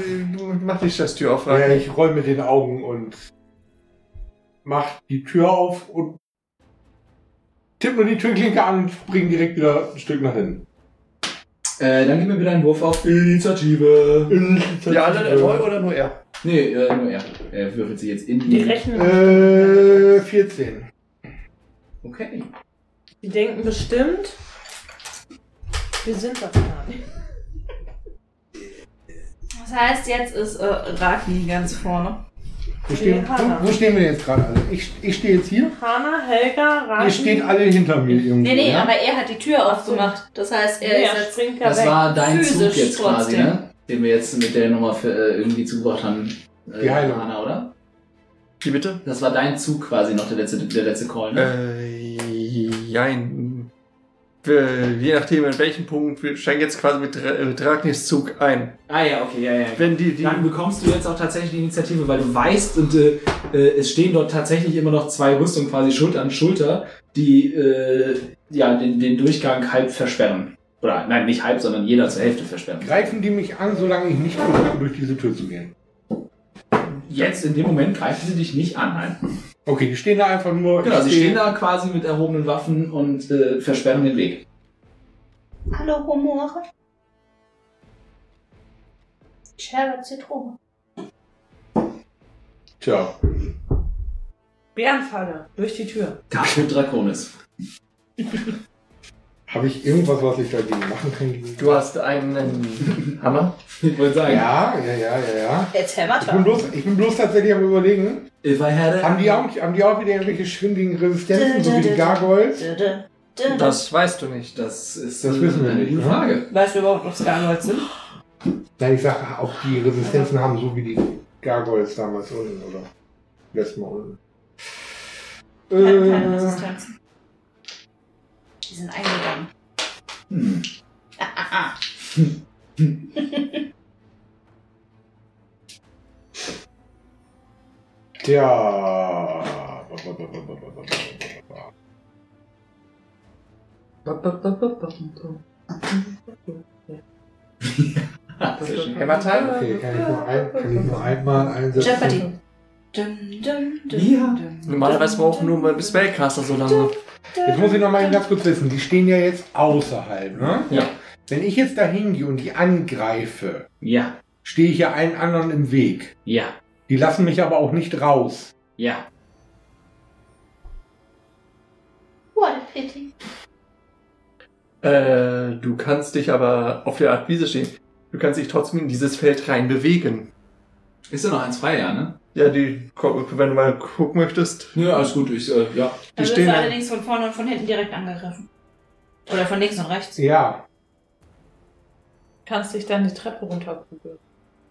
Speaker 9: mach die Scheißtür auf,
Speaker 6: Ja,
Speaker 9: rein.
Speaker 6: ich roll mit den Augen und mach die Tür auf und tipp nur die Türklinke an und spring direkt wieder ein Stück nach hinten.
Speaker 3: äh, dann gib mir wieder einen Wurf auf Initiative.
Speaker 9: Ja, alle neu oder nur er?
Speaker 3: Nee, äh, nur er. Er würfelt sie jetzt in die.
Speaker 5: Die rechnen.
Speaker 6: Äh, 14.
Speaker 3: Okay.
Speaker 5: Die denken bestimmt, wir sind das gar nicht.
Speaker 4: Das heißt, jetzt ist äh, Ragni ganz vorne.
Speaker 6: Wo stehen, wo, wo stehen wir jetzt gerade alle? Ich, ich stehe jetzt hier.
Speaker 5: Hanna, Helga, Rani.
Speaker 6: Ihr steht alle hinter mir irgendwo.
Speaker 4: Nee, nee,
Speaker 6: ja?
Speaker 4: aber er hat die Tür aufgemacht. Das heißt, er ist
Speaker 5: er
Speaker 4: jetzt.
Speaker 5: springt ja
Speaker 3: Das
Speaker 5: weg.
Speaker 3: war dein Zug
Speaker 4: Physisch
Speaker 3: jetzt quasi,
Speaker 4: trotzdem.
Speaker 3: ne? Den wir jetzt mit der Nummer für, äh, irgendwie zugebracht haben. Äh,
Speaker 6: Die Heilung.
Speaker 3: Hanna, oder?
Speaker 9: Wie bitte?
Speaker 3: Das war dein Zug quasi noch, der letzte, der letzte Call, ne?
Speaker 9: Äh, jein. Wir, je nachdem, an welchem Punkt, wir steigen jetzt quasi mit Dra- äh, Dragnis Zug ein.
Speaker 3: Ah ja, okay, ja, ja.
Speaker 9: Wenn die, die
Speaker 3: Dann bekommst du jetzt auch tatsächlich die Initiative, weil du weißt und äh, äh, es stehen dort tatsächlich immer noch zwei Rüstungen quasi Schulter an Schulter, die äh, ja den, den Durchgang halb versperren. Oder nein, nicht halb, sondern jeder zur Hälfte versperren.
Speaker 6: Greifen die mich an, solange ich nicht versuche, durch diese Tür zu gehen.
Speaker 3: Jetzt in dem Moment greifen sie dich nicht an. Nein.
Speaker 6: Okay, die stehen da einfach nur.
Speaker 3: Genau,
Speaker 6: ich
Speaker 3: sie
Speaker 6: stehe-
Speaker 3: stehen da quasi mit erhobenen Waffen und äh, versperren den Weg.
Speaker 4: Hallo, Humore. Scherbe Zitrone.
Speaker 6: Tja,
Speaker 5: Bärenfalle. Durch die Tür.
Speaker 3: Capo Draconis. (laughs)
Speaker 6: habe ich irgendwas, was ich dagegen machen kann?
Speaker 7: Du
Speaker 6: (laughs)
Speaker 7: hast einen Hammer.
Speaker 3: Ich wollte sagen,
Speaker 6: Ja, ja, ja, ja, ja.
Speaker 4: Jetzt hämmert
Speaker 6: Ich bin
Speaker 4: er.
Speaker 6: bloß, ich bin bloß tatsächlich am überlegen,
Speaker 3: if I had a-
Speaker 6: haben die auch, haben die auch wieder irgendwelche schwindigen Resistenzen, so wie die Gargoyles?
Speaker 4: Dö, dö, dö, dö.
Speaker 7: Das weißt du nicht.
Speaker 3: Das ist
Speaker 6: Das
Speaker 3: äh,
Speaker 6: wissen wir
Speaker 3: eine
Speaker 6: nicht,
Speaker 3: gute
Speaker 6: ne?
Speaker 3: Frage.
Speaker 5: Weißt du überhaupt, was Gargoyles sind?
Speaker 6: Nein, ich sage, ob die Resistenzen haben, so wie die Gargoyles damals unten, oder? Letztes Mal unten.
Speaker 4: Keine, keine
Speaker 6: Äh,
Speaker 4: Resistenzen. Die sind eingegangen.
Speaker 3: Hm.
Speaker 6: tja.
Speaker 7: Hämmerteil?
Speaker 6: Okay, kann ich nur, ein, kann ich nur einmal einsetzen?
Speaker 4: Jeopardy. Dum, dum, dum,
Speaker 3: Ja.
Speaker 4: dum,
Speaker 7: Normalerweise
Speaker 4: dum,
Speaker 7: brauchen
Speaker 4: dum,
Speaker 7: nur mal bis Spellcaster so lange.
Speaker 6: Jetzt muss ich noch mal eben ganz kurz wissen, die stehen ja jetzt außerhalb, ne?
Speaker 7: Ja.
Speaker 6: Wenn ich jetzt da hingehe und die angreife,
Speaker 3: Ja,
Speaker 6: stehe ich ja allen anderen im Weg.
Speaker 3: ja,
Speaker 6: Die lassen mich aber auch nicht raus.
Speaker 3: ja.
Speaker 4: What a pity.
Speaker 9: Äh, du kannst dich aber auf der Art Wiese stehen. Du kannst dich trotzdem in dieses Feld rein bewegen.
Speaker 3: Ist ja noch eins frei, ja, ne?
Speaker 9: Ja, die, wenn du mal gucken möchtest.
Speaker 3: Ja, alles gut, ich, äh, ja.
Speaker 9: Die
Speaker 4: Dann wirst
Speaker 9: stehen
Speaker 4: du
Speaker 9: da-
Speaker 4: allerdings von vorne und von hinten direkt angegriffen. Oder von links und rechts.
Speaker 6: Ja.
Speaker 5: Kannst dich dann die Treppe runterprügeln.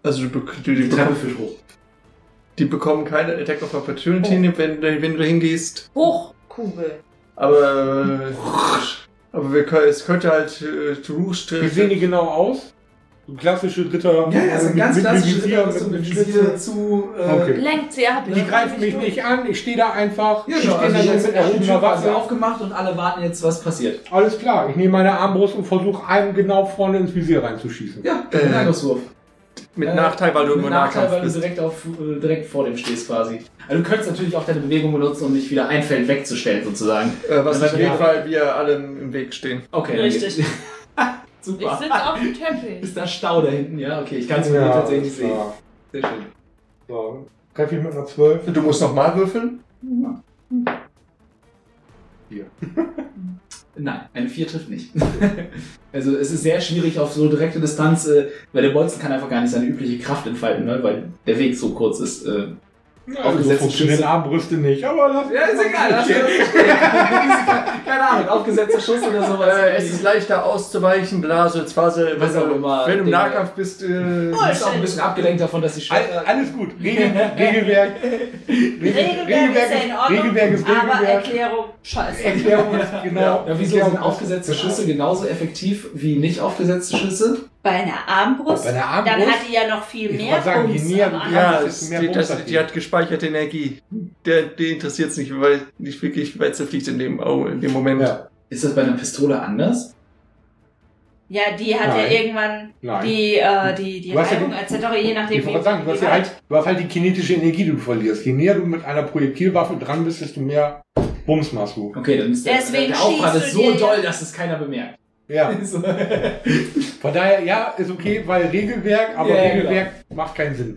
Speaker 9: Also du, bek- du, die, bekommen,
Speaker 3: führt hoch. Oh.
Speaker 9: die bekommen keine Attack of Opportunity, wenn, du- wenn du hingehst.
Speaker 5: Hoch, Kugel.
Speaker 9: Aber, aber wir können, es könnte halt äh, Rouge
Speaker 6: Wie sehen die genau aus? klassische Ritter.
Speaker 3: Ja, ja, so ein
Speaker 6: mit-
Speaker 3: ganz
Speaker 6: mit
Speaker 3: klassisches
Speaker 6: Visier,
Speaker 3: Ritter, was so
Speaker 6: mit
Speaker 3: mit
Speaker 6: Schlitze.
Speaker 3: Visier zu. Äh,
Speaker 6: Okay.
Speaker 5: Lenkt sie ab.
Speaker 6: Die greifen mich nicht an, ich stehe da einfach.
Speaker 3: Ja,
Speaker 6: ich
Speaker 3: genau,
Speaker 6: stehe
Speaker 3: also
Speaker 6: da
Speaker 3: jetzt
Speaker 6: so
Speaker 3: wird die
Speaker 6: mit
Speaker 3: Tür
Speaker 6: erhobener
Speaker 3: quasi
Speaker 6: Waffe.
Speaker 3: aufgemacht und alle warten jetzt, was passiert.
Speaker 6: Alles klar, ich nehme meine Armbrust und versuche einem genau vorne ins Visier reinzuschießen.
Speaker 3: Ja, ein Angriffswurf.
Speaker 7: Mit
Speaker 3: Äh,
Speaker 7: Nachteil, weil du
Speaker 3: Mit
Speaker 7: immer
Speaker 3: Nachteil,
Speaker 7: Nahkampf
Speaker 3: weil Äh, du
Speaker 7: bist.
Speaker 3: direkt, auf, äh, direkt vor dem stehst quasi. Also du könntest natürlich auch deine Bewegung benutzen, um dich wieder ein Feld wegzustellen sozusagen.
Speaker 7: Äh, was
Speaker 3: Weil
Speaker 7: nicht
Speaker 3: wir-
Speaker 7: geht, weil wir alle im im Weg stehen.
Speaker 3: Okay. dann
Speaker 5: Richtig.
Speaker 3: geht's. (laughs)
Speaker 5: Ich
Speaker 3: Super.
Speaker 5: sitze auf dem Teppich.
Speaker 3: Ist da Stau da hinten? Ja, okay, ich kann es mir
Speaker 6: Ja,
Speaker 3: tatsächlich
Speaker 6: alles
Speaker 3: sehen.
Speaker 6: klar.
Speaker 3: Sehr schön.
Speaker 6: So, treffe ich mit einer 12.
Speaker 7: Du musst nochmal würfeln?
Speaker 3: Nein, eine 4 trifft nicht. (laughs) also es ist sehr schwierig auf so direkte Distanz, äh, weil der Bolzen kann einfach gar nicht seine übliche Kraft entfalten, ne? weil der Weg so kurz ist. Äh,
Speaker 6: Also
Speaker 3: Aufgesetzte
Speaker 6: funktionieren
Speaker 3: Schüsse.
Speaker 6: Armbrüste nicht, aber lass
Speaker 3: Ja, ist egal. Das (laughs) Keine Ahnung, aufgesetzter Schuss oder sowas.
Speaker 7: Äh, es ist leichter auszuweichen, Blase, Zwase,
Speaker 3: Was
Speaker 7: wenn,
Speaker 3: auch
Speaker 7: du-
Speaker 3: immer.
Speaker 7: wenn du im
Speaker 3: Dinge. Oh,
Speaker 7: Nahkampf bist. Äh,
Speaker 3: Du bist auch ein bisschen abgelenkt davon, dass die
Speaker 6: All,
Speaker 3: Schwerter...
Speaker 6: alles gut. Regel,
Speaker 3: (laughs)
Speaker 6: Regelwerk. Regel,
Speaker 4: Regelwerk ist ja in Ordnung,
Speaker 6: Regelwerk ist
Speaker 4: aber
Speaker 6: Regelwerk.
Speaker 4: Erklärung scheiße.
Speaker 6: Erklärung ist genau.
Speaker 3: Ja, wieso sind aufgesetzte Schüsse genauso effektiv wie nicht aufgesetzte Schüsse?
Speaker 4: Bei einer Armbrust,
Speaker 6: Bei einer
Speaker 4: dann
Speaker 6: Armbrust?
Speaker 4: hat die ja noch viel
Speaker 6: Ich
Speaker 4: mehr
Speaker 6: wollte sagen, die
Speaker 4: Bums
Speaker 6: näher-
Speaker 4: am Arm.
Speaker 7: ja,
Speaker 6: das
Speaker 7: es,
Speaker 6: ist mehr
Speaker 7: die, das,
Speaker 6: Bums
Speaker 7: die hat gespeicherte Energie. Der, die interessiert es nicht, weil nicht wirklich weit zerfliegt in dem, Au- in dem Moment.
Speaker 6: Ja.
Speaker 3: Ist das bei einer Pistole anders?
Speaker 4: Ja, die hat ja
Speaker 6: Nein.
Speaker 4: irgendwann
Speaker 6: Nein.
Speaker 4: die, äh, die, die
Speaker 6: Du hast ja
Speaker 4: Reibung etc., je nachdem
Speaker 6: ich wollte sagen, du hast, ja halt, du hast halt die kinetische Energie, die du verlierst. Je näher du mit einer Projektilwaffe dran bist, desto mehr Bums machst du.
Speaker 3: Okay, dann ist der,
Speaker 4: Deswegen
Speaker 3: der Aufprall
Speaker 4: schießt
Speaker 3: ist
Speaker 4: du
Speaker 3: so
Speaker 4: dir-
Speaker 3: doll, dass es keiner bemerkt. (laughs)
Speaker 6: Ja.
Speaker 3: So.
Speaker 6: Von daher, ja, ist okay, weil Regelwerk, aber
Speaker 3: Ja, ja,
Speaker 6: Regelwerk macht keinen Sinn.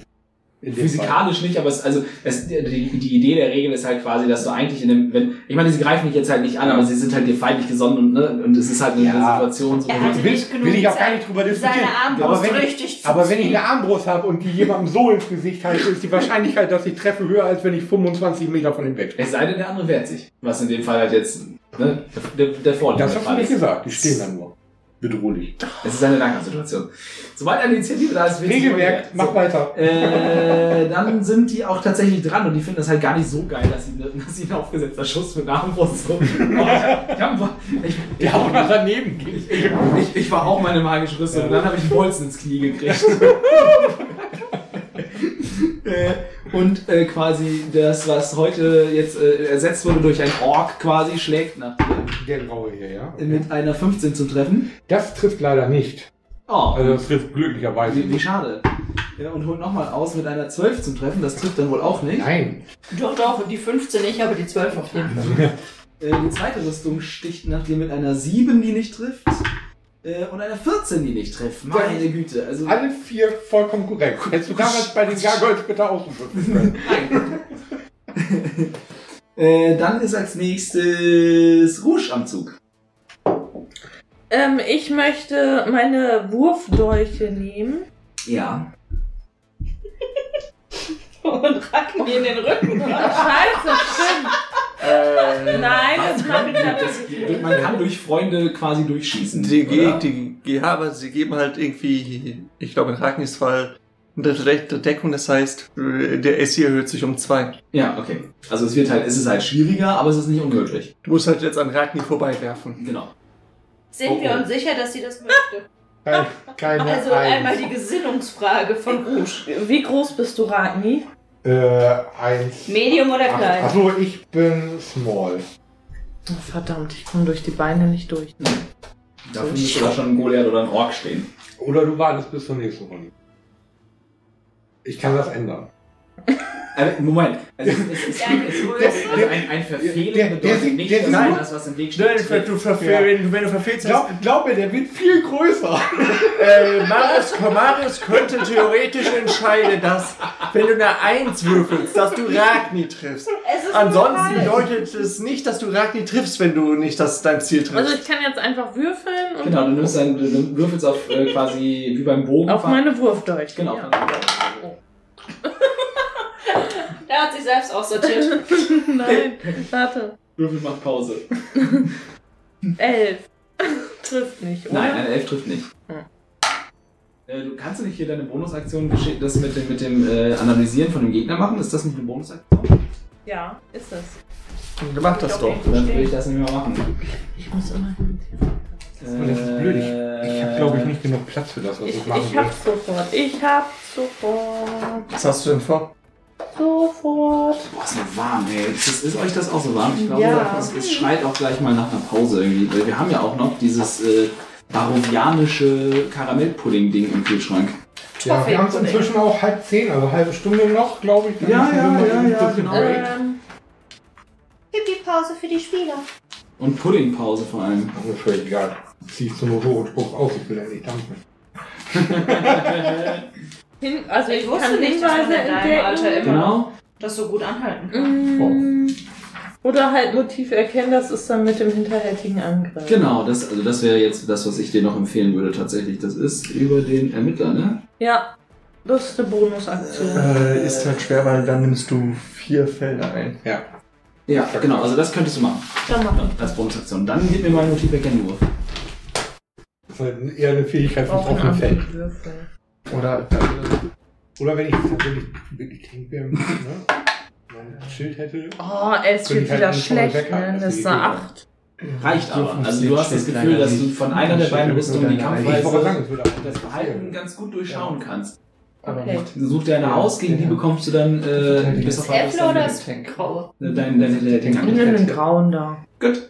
Speaker 6: In dem Fall.
Speaker 3: Physikalisch nicht, aber es, also es, die, die Idee der Regel ist halt quasi, dass du eigentlich in dem, wenn, ich meine, sie greifen dich jetzt halt nicht an, aber sie sind halt dir feindlich gesonnen und, ne, und es ist halt eine
Speaker 6: Ja.
Speaker 3: Situation. So
Speaker 4: Er
Speaker 3: wo-
Speaker 4: hatte
Speaker 6: also Will,
Speaker 4: nicht genug
Speaker 6: will ich auch gar
Speaker 4: Zeit,
Speaker 6: nicht drüber diskutieren.
Speaker 4: seine Armbrust
Speaker 6: aber wenn,
Speaker 4: richtig zu
Speaker 6: aber wenn ich eine Armbrust habe und die jemandem so ins Gesicht halte, ist die Wahrscheinlichkeit, dass ich treffe, höher, als wenn ich 25 Meter von ihm weg
Speaker 3: Es sei denn, der andere wehrt sich. Was in dem Fall halt jetzt ne, der, der Vorteil
Speaker 6: Das
Speaker 3: der
Speaker 6: hast du
Speaker 3: Fall
Speaker 6: nicht
Speaker 3: ist.
Speaker 6: gesagt. Die stehen dann nur. Bedrohlich.
Speaker 3: Es ist eine Nahkampfsituation. Sobald eine Initiative da ist, wird sie
Speaker 6: Regelwerk,
Speaker 3: überwählt.
Speaker 6: mach weiter.
Speaker 3: Äh, dann sind die auch tatsächlich dran und die finden das halt gar nicht so geil, dass ihnen, dass ihnen aufgesetzter Schuss mit
Speaker 6: (laughs)
Speaker 3: Armbrust so. Oh, ich, hab, ich, ich,
Speaker 6: Ja, was daneben geht.
Speaker 3: ich, ich, ich war auch meine magische Rüstung und dann habe ich Bolzen ins Knie gekriegt. Äh, und äh, quasi das, was heute jetzt äh, ersetzt wurde durch ein Ork quasi, schlägt nach
Speaker 6: Der graue hier, ja.
Speaker 3: mit einer 15 zu treffen.
Speaker 6: Das trifft leider nicht.
Speaker 3: Oh,
Speaker 6: Also das trifft glücklicherweise
Speaker 3: wie, wie
Speaker 6: nicht.
Speaker 3: schade. Ja, und holt nochmal aus mit einer 12 zum Treffen, das trifft dann wohl auch nicht.
Speaker 6: Nein.
Speaker 4: Doch, doch, die 15 nicht, aber die 12 auf jeden Fall.
Speaker 3: Äh, die zweite Rüstung sticht nach dir mit einer 7, die nicht trifft. Äh, und einer 14, die nicht trifft. Meine Güte. Also,
Speaker 6: (laughs) Alle vier vollkommen korrekt. Hättest du damals bei den Gargoyles bitte ausrufen können.
Speaker 3: äh, dann ist als nächstes Rouge am Zug.
Speaker 5: Ähm, ich möchte meine Wurfdolche nehmen.
Speaker 3: Ja.
Speaker 4: Und rack mir in den Rücken.
Speaker 5: Scheiße, stimmt.
Speaker 7: Äh,
Speaker 5: Nein,
Speaker 3: (laughs)
Speaker 5: das mache ich natürlich nicht.
Speaker 3: Man kann durch Freunde quasi durchschießen.
Speaker 7: Die,
Speaker 3: oder?
Speaker 7: Ge- die, die, ja, aber sie geben halt irgendwie, ich glaube in Ragnis Fall, eine direkte Deckung, das heißt, der AC erhöht sich um zwei.
Speaker 3: Ja, okay. Also es wird halt, es ist halt schwieriger, aber es ist nicht unmöglich.
Speaker 7: Du musst halt jetzt an Ragni vorbeiwerfen.
Speaker 3: Genau.
Speaker 4: Sind wir
Speaker 6: Oh, oh.
Speaker 4: uns sicher, dass sie das möchte?
Speaker 6: Keine, keine
Speaker 4: Also einmal
Speaker 6: Eins.
Speaker 4: die Gesinnungsfrage von Rouge.
Speaker 5: Wie groß bist du, Ragni?
Speaker 6: Äh, eins.
Speaker 4: Medium oder
Speaker 6: Ach,
Speaker 4: klein?
Speaker 6: achso, ich bin small.
Speaker 5: Oh, verdammt, ich komme durch die Beine nicht durch.
Speaker 3: Dafür müsste da schon ein Goliath oder ein Ork stehen.
Speaker 6: Oder du wartest bis zur nächsten Runde. Ich kann das ändern.
Speaker 3: Aber Moment. Also es, es, es,
Speaker 4: Deine
Speaker 3: es,
Speaker 4: Größe.
Speaker 3: also ein, ein Verfehlen
Speaker 6: Der- der-
Speaker 3: bedeutet
Speaker 6: der-
Speaker 3: nicht,
Speaker 6: der-
Speaker 3: dass
Speaker 6: der-
Speaker 3: man das, was im Weg steht, trifft.
Speaker 6: verfehl-
Speaker 7: wenn, du verfehlst,
Speaker 6: Glaub, glaub mir, der wird viel größer.
Speaker 7: Äh, Marius, Marius könnte theoretisch entscheiden, dass, wenn du eine Eins würfelst, dass du Ragni triffst.
Speaker 4: Es ist
Speaker 7: Ansonsten
Speaker 4: normal.
Speaker 7: bedeutet es nicht, dass du Ragni triffst, wenn du nicht das dein Ziel
Speaker 5: Also
Speaker 7: triffst.
Speaker 5: ich kann jetzt einfach würfeln und
Speaker 3: Genau, du nimmst einen, du würfelst auf äh, quasi wie beim Bogen.
Speaker 6: Genau.
Speaker 5: auf meine Wurfdolche.
Speaker 3: Genau.
Speaker 5: Ja.
Speaker 4: Der hat sich selbst aussortiert.
Speaker 5: Nein, warte.
Speaker 3: Würfel macht Pause.
Speaker 5: Elf. (laughs) Trifft nicht, oder?
Speaker 3: Nein,
Speaker 6: ne?
Speaker 3: eine 11 trifft nicht.
Speaker 5: Hm.
Speaker 3: Äh, Du kannst du nicht hier deine Bonusaktion, gesch- das mit dem, mit dem äh, Analysieren von dem Gegner machen? Ist das nicht eine Bonusaktion?
Speaker 5: Ja, ist es.
Speaker 7: Du mach das doch.
Speaker 3: Dann würde ich das nicht mehr machen.
Speaker 5: Ich muss immer
Speaker 3: Äh,
Speaker 6: Ich habe, glaube ich, nicht genug Platz für das, was ich,
Speaker 5: Ich,
Speaker 6: machen
Speaker 5: ich
Speaker 6: will.
Speaker 5: hab's sofort. Ich hab's sofort.
Speaker 8: Was hast du denn vor?
Speaker 5: Sofort.
Speaker 3: Boah, ist mir warm, ey. Ist, ist euch das auch so warm? Ich glaube,
Speaker 5: Ja.
Speaker 3: es, es schreit auch gleich mal nach einer Pause irgendwie. Weil wir haben ja auch noch dieses äh, barovianische Karamellpudding-Ding im Kühlschrank.
Speaker 6: Ja, wir haben es inzwischen auch halb zehn, also halbe Stunde noch, glaube ich. Dann
Speaker 3: Ja,
Speaker 6: müssen wir
Speaker 3: ja,
Speaker 6: mal
Speaker 3: ja,
Speaker 6: eben
Speaker 3: ja,
Speaker 6: kurz einen
Speaker 3: genau.
Speaker 6: Break.
Speaker 5: Ähm,
Speaker 4: Gib die Pause für die Spieler.
Speaker 3: Und Puddingpause vor allem.
Speaker 6: Ach, Mir völlig egal. Zieh ich zum Motorradspruch aus, ich will ja nicht dampfen.
Speaker 5: hin, also ich,
Speaker 4: Ich
Speaker 5: kann
Speaker 4: wusste nicht, dass man
Speaker 5: Hinweise
Speaker 4: in deinem Alter
Speaker 5: entdecken.
Speaker 4: immer Mhm.
Speaker 3: Genau.
Speaker 4: das so gut anhalten kann.
Speaker 5: Mm, Oder halt Motiv erkennen, das ist dann mit dem hinterhältigen Angriff.
Speaker 3: Genau, das, also das wäre jetzt das, was ich dir noch empfehlen würde tatsächlich. Das ist über den Ermittler, ne?
Speaker 5: Ja, das ist eine Bonusaktion.
Speaker 8: Äh, ist halt schwer, weil dann nimmst du vier Felder ein.
Speaker 3: Ja, genau, also das könntest du machen.
Speaker 5: Dann mach ich.
Speaker 3: Als Bonusaktion. Dann gib mir mal Motiv erkennen Wurf.
Speaker 6: Das ist halt eher eine Fähigkeit vom
Speaker 5: Braucht einen
Speaker 6: offenen Feld.
Speaker 5: anderen Würfel.
Speaker 8: Oder
Speaker 6: Oder wenn ich tatsächlich wirklich krank wäre, ne? Mein Schild hätte.
Speaker 5: Oh, ey, es
Speaker 6: Könnte
Speaker 5: wird
Speaker 6: ich halt
Speaker 5: wieder
Speaker 6: nicht
Speaker 5: schlecht,
Speaker 6: vorne weghaben,
Speaker 5: ne?
Speaker 6: dass
Speaker 5: Das
Speaker 6: die
Speaker 5: ist eine
Speaker 6: Idee war.
Speaker 5: 8.
Speaker 3: Reicht
Speaker 8: Hier
Speaker 3: aber. Also
Speaker 8: funktioniert
Speaker 3: du hast das
Speaker 8: steht
Speaker 3: Gefühl,
Speaker 8: leider
Speaker 3: dass du
Speaker 8: nicht.
Speaker 3: von einer der beiden
Speaker 8: Steht
Speaker 3: Rüstungen die
Speaker 8: nur deine
Speaker 6: Ich wollte sagen,
Speaker 3: Kampfweise
Speaker 6: es würde halt auch
Speaker 3: das Verhalten ganz gut durchschauen kannst.
Speaker 8: aber
Speaker 5: Okay.
Speaker 8: nicht.
Speaker 3: Such dir eine aus, gegen die
Speaker 8: Ja.
Speaker 3: bekommst du dann äh,
Speaker 8: Verteidigung.
Speaker 3: bis auf
Speaker 4: Das Äpfel
Speaker 3: dann
Speaker 4: oder
Speaker 3: dein-
Speaker 4: das Graue?
Speaker 3: dein, dein, dein, dein
Speaker 5: Nimm
Speaker 3: Angriff.
Speaker 5: den grauen da.
Speaker 3: Gut.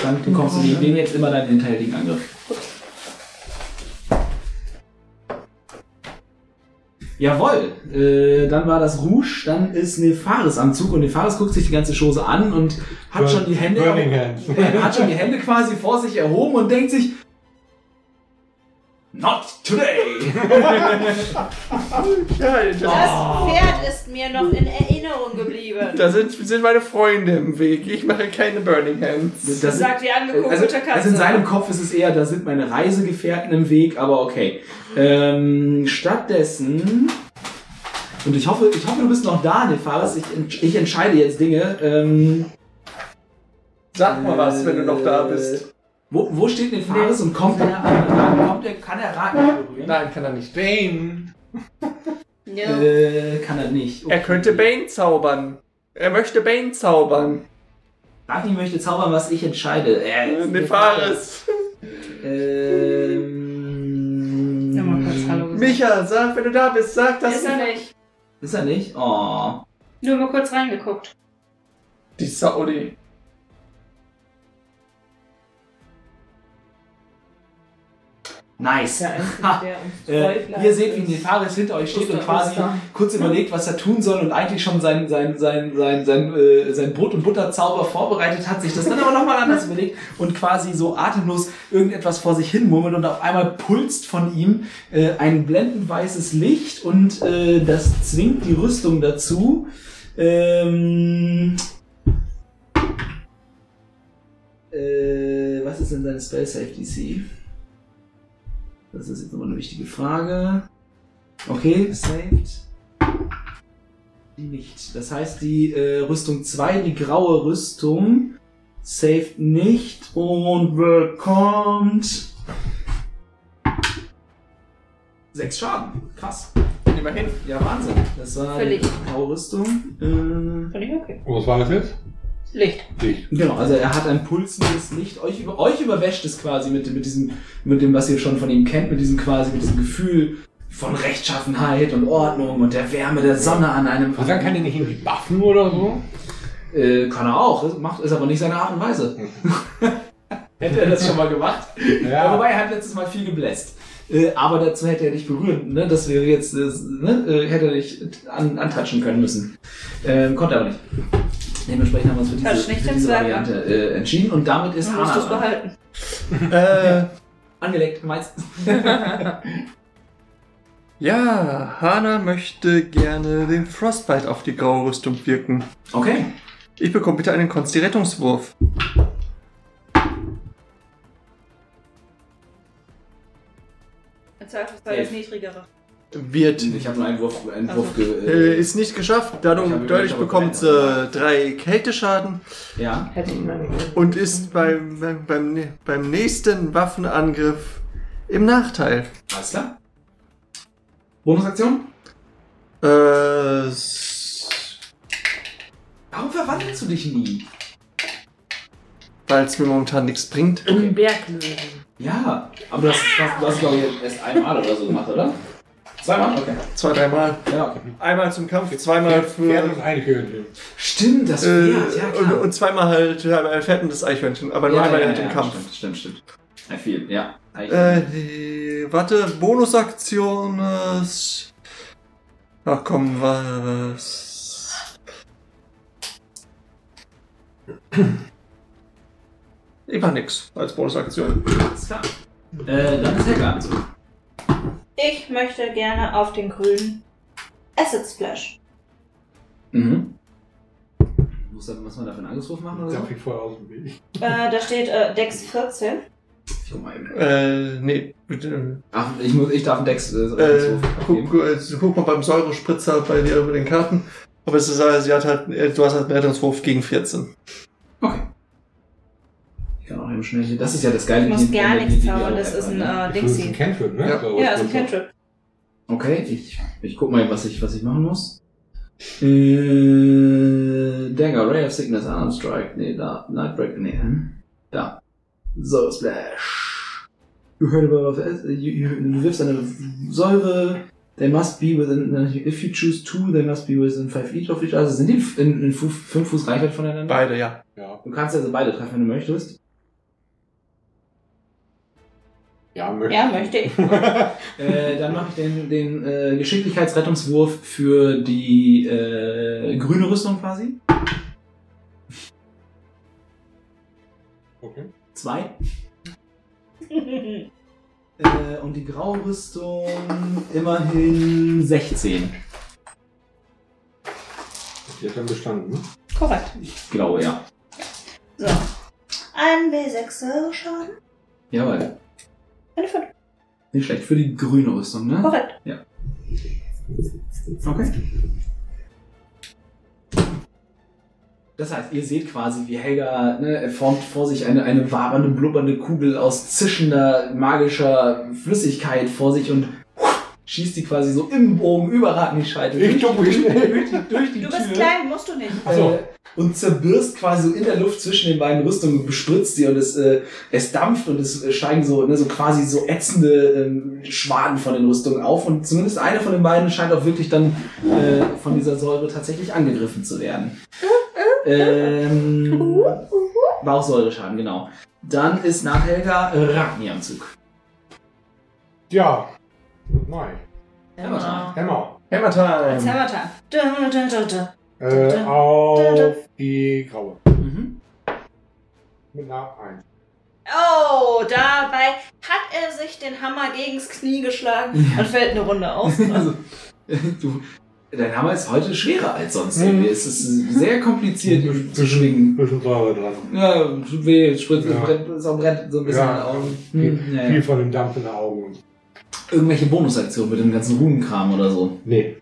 Speaker 3: Dann bekommst du gegen den jetzt immer deinen hinterhältigen Angriff. Jawohl, äh, dann war das Rouge, dann ist Nefaris am Zug und Nefaris guckt sich die ganze Chose an und hat schon die Hände
Speaker 6: Burning
Speaker 3: (laughs)
Speaker 6: Hands. (laughs)
Speaker 3: er hat schon die Hände quasi vor sich erhoben und denkt sich, Not
Speaker 4: (laughs)
Speaker 3: today!
Speaker 4: Das Pferd ist mir noch in Erinnerung geblieben.
Speaker 7: Da sind, sind meine Freunde im Weg. Ich mache keine Burning Hands.
Speaker 3: Das,
Speaker 4: Das sagt die angekuckelte
Speaker 3: also,
Speaker 4: Katze.
Speaker 3: also in seinem Kopf ist es eher, da sind meine Reisegefährten im Weg, aber okay. Ähm, stattdessen. Und ich hoffe, ich hoffe, du bist noch da, Nefaris. Ich, ent- ich entscheide jetzt Dinge. Ähm,
Speaker 7: Sag mal was, wenn du noch da bist.
Speaker 3: wo, wo steht Nefaris und kommt er an? Kommt er, kann er Raten berühren?
Speaker 8: Nein, kann er nicht.
Speaker 6: Bane!
Speaker 4: ja.
Speaker 3: Äh, kann er nicht.
Speaker 7: Er könnte Bane zaubern. Er möchte Bane zaubern.
Speaker 3: Ragni möchte zaubern, was ich entscheide. Äh,
Speaker 7: Nefaris.
Speaker 3: Ähm.
Speaker 4: Ja, mal kurz Hallo gesagt.
Speaker 7: Micha, sag, wenn du da bist, sag das.
Speaker 4: mhm. ist er nicht.
Speaker 3: Ist er nicht? Oh.
Speaker 4: Nur mal kurz reingeguckt.
Speaker 7: Die Saudi.
Speaker 3: Nice.
Speaker 5: Der
Speaker 3: Ha.
Speaker 5: Einzige, der uns
Speaker 3: Äh,
Speaker 5: treu
Speaker 3: ihr seht, wie
Speaker 5: bleibt, ist-
Speaker 3: Nefaris hinter euch steht und
Speaker 5: Gustav
Speaker 3: quasi
Speaker 5: Gustav.
Speaker 3: kurz überlegt, was er tun soll und eigentlich schon sein, sein, sein, sein, sein, äh, sein Brot- und Butterzauber vorbereitet hat, sich das dann aber nochmal anders überlegt und quasi so atemlos irgendetwas vor sich hin murmelt und auf einmal pulst von ihm äh, ein blendend weißes Licht und äh, das zwingt die Rüstung dazu. Ähm, äh, was ist denn seine Spell Safe DC? Das ist jetzt nochmal eine wichtige Frage. Okay, saved. Die nicht. Das heißt, die äh, Rüstung 2, die graue Rüstung, saved nicht und bekommt 6 Schaden. Krass.
Speaker 7: Immerhin. (laughs)
Speaker 3: Ja, Wahnsinn. Das war
Speaker 4: Völlig.
Speaker 3: die graue Äh, Rüstung.
Speaker 4: Finde ich okay.
Speaker 6: Was war das jetzt?
Speaker 4: Licht.
Speaker 6: Dicht.
Speaker 3: Äh, genau, also er hat ein pulsendes Licht. Euch, über, euch überwäscht es quasi mit, mit, diesem, mit dem, was ihr schon von ihm kennt, mit diesem quasi, mit diesem Gefühl von Rechtschaffenheit und Ordnung und der Wärme der Sonne an einem.
Speaker 6: Und dann kann er nicht irgendwie buffen oder so?
Speaker 3: Äh, kann er auch, das macht ist aber nicht seine Art und Weise.
Speaker 6: Mhm.
Speaker 3: (laughs) hätte er das schon mal gemacht. Ja. Wobei er hat letztes Mal viel gebläst. Äh, aber dazu hätte er nicht berührt, ne? Das wäre jetzt, äh, ne? Äh, hätte er nicht an, antatschen können müssen. Ähm, konnte aber nicht. Dementsprechend haben wir uns für
Speaker 4: Kannst
Speaker 3: diese,
Speaker 4: nicht
Speaker 3: für
Speaker 4: den
Speaker 3: diese
Speaker 4: Zwerg
Speaker 3: Variante äh, entschieden und damit ist
Speaker 4: Dann musst du es
Speaker 3: Hannah dran.
Speaker 4: behalten.
Speaker 7: Äh,
Speaker 3: angelegt meistens.
Speaker 7: ja, Hana möchte gerne den Frostbite auf die graue Rüstung wirken.
Speaker 3: Okay.
Speaker 7: Ich bekomme bitte einen Konsti-Rettungswurf.
Speaker 4: Im Zweifelsfall
Speaker 3: Elf.
Speaker 4: das niedrigere.
Speaker 7: Wird.
Speaker 3: Ich habe nur einen Wurf, einen
Speaker 4: Also.
Speaker 3: Wurf ge
Speaker 7: Äh, ist nicht geschafft.
Speaker 3: Ich hab
Speaker 7: Dadurch,
Speaker 3: übrigens
Speaker 7: dadurch
Speaker 3: aber
Speaker 7: bekommt sie
Speaker 3: gemeint,
Speaker 7: äh, drei Kälteschaden
Speaker 3: Ja.
Speaker 5: Hätte ich mal nicht.
Speaker 7: und ist beim, beim, beim, beim nächsten Waffenangriff im Nachteil.
Speaker 3: Alles klar. Bonusaktion?
Speaker 7: Äh, s-
Speaker 3: Warum verwandelst du dich nie?
Speaker 7: weil es mir momentan nichts bringt.
Speaker 5: Um den Berg lösen.
Speaker 3: Ja, aber das, das, das glaube ich erst einmal oder so gemacht, oder? Zweimal? Okay.
Speaker 7: Zwei, dreimal.
Speaker 3: Ja, okay.
Speaker 7: Einmal zum Kampf, zweimal für.
Speaker 6: äh, Pferd und Einhörnchen.
Speaker 3: Stimmt, das
Speaker 7: äh,
Speaker 3: Pferd, ja
Speaker 7: und,
Speaker 3: klar.
Speaker 7: und zweimal halt einmal Pferd und das Eichhörnchen, aber nur
Speaker 3: ja,
Speaker 7: einmal
Speaker 3: ja,
Speaker 7: halt
Speaker 3: ja,
Speaker 7: im
Speaker 3: ja,
Speaker 7: Kampf.
Speaker 3: Stimmt, stimmt, stimmt. Ja, viel, ja.
Speaker 7: Äh, die, warte, Bonusaktion ist. Ach komm, was. Ich mach nix als Bonusaktion.
Speaker 3: Alles klar. Äh, dann ist Helga so.
Speaker 4: Ich möchte gerne auf den grünen Acid Splash.
Speaker 3: Mhm. Muss, da- muss man dafür einen Angriffswurf machen oder
Speaker 6: Da
Speaker 3: so?
Speaker 6: ich vorher aus dem Weg.
Speaker 4: Äh, da steht äh, Dex 14.
Speaker 3: Ich guck mal eben.
Speaker 7: Äh, nee. Äh,
Speaker 3: Ach, ich, muss, ich darf einen Dex äh,
Speaker 7: äh,
Speaker 3: Angriffswurf
Speaker 7: guck,
Speaker 3: abgeben.
Speaker 7: gu- äh, guck mal beim Säurespritzer bei dir über den Karten. Aber es ist, äh, sie hat halt, äh, du hast halt einen Rettungswurf gegen 14.
Speaker 3: Ich kann auch eben schnell hier. Das ist ja das Geile.
Speaker 4: Ich
Speaker 3: mit
Speaker 4: muss
Speaker 3: den-
Speaker 4: gar
Speaker 3: mit den-
Speaker 4: nichts
Speaker 3: die- die
Speaker 4: zaubern,
Speaker 3: auch
Speaker 4: das ist ein
Speaker 3: einfach, ne?
Speaker 4: äh,
Speaker 6: Das ist ein
Speaker 4: Dingsy.
Speaker 6: Cantrip, ne?
Speaker 7: Ja.
Speaker 6: Oder was
Speaker 4: Ja, ist ein
Speaker 6: willst du?
Speaker 4: Cantrip.
Speaker 3: Okay, ich, ich guck mal, eben, was ich, was ich machen muss. Äh, Dagger, Ray of Sickness, Arm Strike. Nee, da. Nightbreak, nee. hm? Da. So, Splash. You heard about of you, you, du wirfst eine Säure. They must be within, if you choose two, they must be within five feet of each other. Sind die in, in fu- fünf Fuß Reichweite voneinander?
Speaker 7: Beide, ja.
Speaker 6: Ja.
Speaker 3: Du kannst also beide treffen, wenn du möchtest.
Speaker 6: Ja, möchte.
Speaker 4: Ja, möchte ich.
Speaker 3: Äh, dann mache ich den, den äh, Geschicklichkeitsrettungswurf für die äh, grüne Rüstung quasi.
Speaker 6: (laughs) Okay.
Speaker 3: Zwei. Äh, und die graue Rüstung immerhin 16.
Speaker 6: Die hat dann bestanden, ne?
Speaker 4: (laughs) Korrekt.
Speaker 3: Ich glaube, ja.
Speaker 4: So. Ein W6 Schaden.
Speaker 3: Jawohl.
Speaker 4: Eine 5.
Speaker 3: Nicht schlecht. Für die grüne Rüstung, ne?
Speaker 4: Korrekt.
Speaker 3: Okay. Das heißt, ihr seht quasi, wie Helga ne, formt vor sich eine, eine wabernde, blubbernde Kugel aus zischender, magischer Flüssigkeit vor sich und schießt die quasi so im Bogen über Ratnischeitel
Speaker 6: Ich
Speaker 3: durch,
Speaker 6: dumm,
Speaker 3: durch,
Speaker 6: ich-
Speaker 3: durch, die- durch die
Speaker 4: Du
Speaker 3: Tür.
Speaker 4: bist klein, musst du nicht.
Speaker 6: Ach so.
Speaker 3: Äh, und zerbirst quasi so in der Luft zwischen den beiden Rüstungen und bespritzt sie und es, äh, es dampft und es äh, steigen so, ne, so quasi so ätzende ähm, Schwaden von den Rüstungen auf und zumindest eine von den beiden scheint auch wirklich dann äh, von dieser Säure tatsächlich angegriffen zu werden. Ähm, war auch Säureschaden, genau. Dann ist nach Helga äh, Ragni am Zug.
Speaker 6: Ja. Nein.
Speaker 5: Genau.
Speaker 6: Hammer.
Speaker 4: Als
Speaker 7: Hammertime!
Speaker 4: Hammertime. Dun, dun, dun, dun.
Speaker 6: Äh, auf die Graue.
Speaker 3: Mhm.
Speaker 6: Mit einer 1.
Speaker 4: Oh, dabei hat er sich den Hammer gegens Knie geschlagen und fällt eine Runde
Speaker 6: (laughs)
Speaker 4: aus.
Speaker 3: Also, (laughs) du, dein Hammer ist heute schwerer als sonst. irgendwie. Es ist sehr kompliziert zu schwingen.
Speaker 6: Bisschen Säure dran.
Speaker 3: Ja, tut weh, spritzt,
Speaker 6: Ja.
Speaker 3: brennt, ist am Brett so ein bisschen
Speaker 6: Ja.
Speaker 3: in den Augen.
Speaker 6: Viel,
Speaker 3: Hm, ja,
Speaker 6: viel
Speaker 3: ja.
Speaker 6: von dem Dampf in den Augen. und-
Speaker 3: Irgendwelche Bonusaktionen mit dem ganzen Runenkram oder so.
Speaker 6: Nee.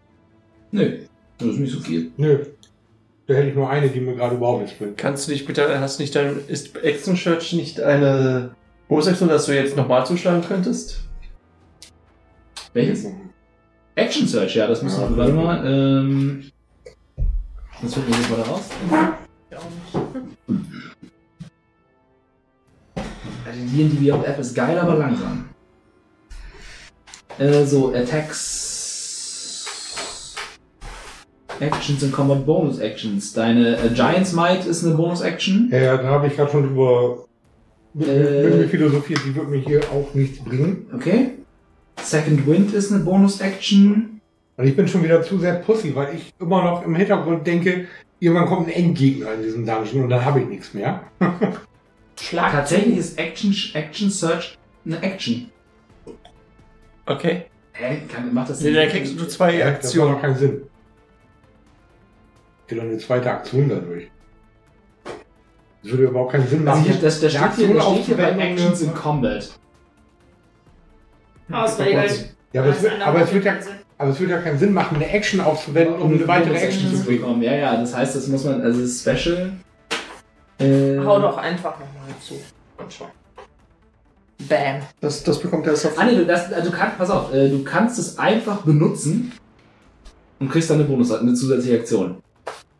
Speaker 3: Nö, das ist nicht so viel.
Speaker 6: Nö. Da hätte ich nur eine, die mir gerade überhaupt nicht bringt.
Speaker 7: Kannst du nicht bitte, hast nicht dein, ist Action Search nicht eine Bonusaktion, dass du jetzt nochmal zuschlagen könntest?
Speaker 3: Welches? Action Search, ja, das müssen wir. Warte mal, ähm. Das finden wir jetzt mal raus. Also die, die wir auf App ist geil, aber langsam. Äh, so, Attacks. Actions und Combat Bonus Actions. Deine äh, Giants Might ist eine Bonus Action.
Speaker 6: Ja, ja, da habe ich gerade schon drüber mit,
Speaker 3: Äh.
Speaker 6: mit mir philosophiert, die wird mir hier auch nichts bringen.
Speaker 3: Okay. Second Wind ist eine Bonus Action.
Speaker 6: Und ich bin schon wieder zu sehr Pussy, weil ich immer noch im Hintergrund denke, irgendwann kommt ein Endgegner in diesem Dungeon und dann habe ich nichts mehr.
Speaker 5: Schlag.
Speaker 3: Tatsächlich ist Action, Action Search eine Action.
Speaker 7: Okay.
Speaker 3: Hä? Kann, macht das
Speaker 7: Nee, dann kriegst du zwei
Speaker 6: das macht
Speaker 7: Aktionen.
Speaker 9: genau.
Speaker 6: doch keinen Sinn. Ich hätte doch eine zweite Aktion dadurch. Das würde überhaupt keinen Sinn machen.
Speaker 3: Also hier, das, das
Speaker 6: Eine
Speaker 3: steht hier, das
Speaker 6: Aktion
Speaker 3: steht hier bei
Speaker 6: aufzuwenden,
Speaker 3: Actions in
Speaker 6: ohne-
Speaker 3: Combat.
Speaker 4: Ausregelt.
Speaker 6: Ja, aber, es, wird- aber, es wird ja, aber es wird ja keinen Sinn machen, eine Action aufzuwenden, um eine weitere Action zu kriegen.
Speaker 3: bekommen. Ja, ja, das heißt, das muss man, also das Special. Äh,
Speaker 5: Hau doch einfach nochmal zu. Und schon. Bam.
Speaker 7: Das, das bekommt er erst auf.
Speaker 3: Ah, nee, du, das, also du kannst, pass auf, äh, du kannst es einfach benutzen und kriegst dann eine Bonus, eine zusätzliche Aktion.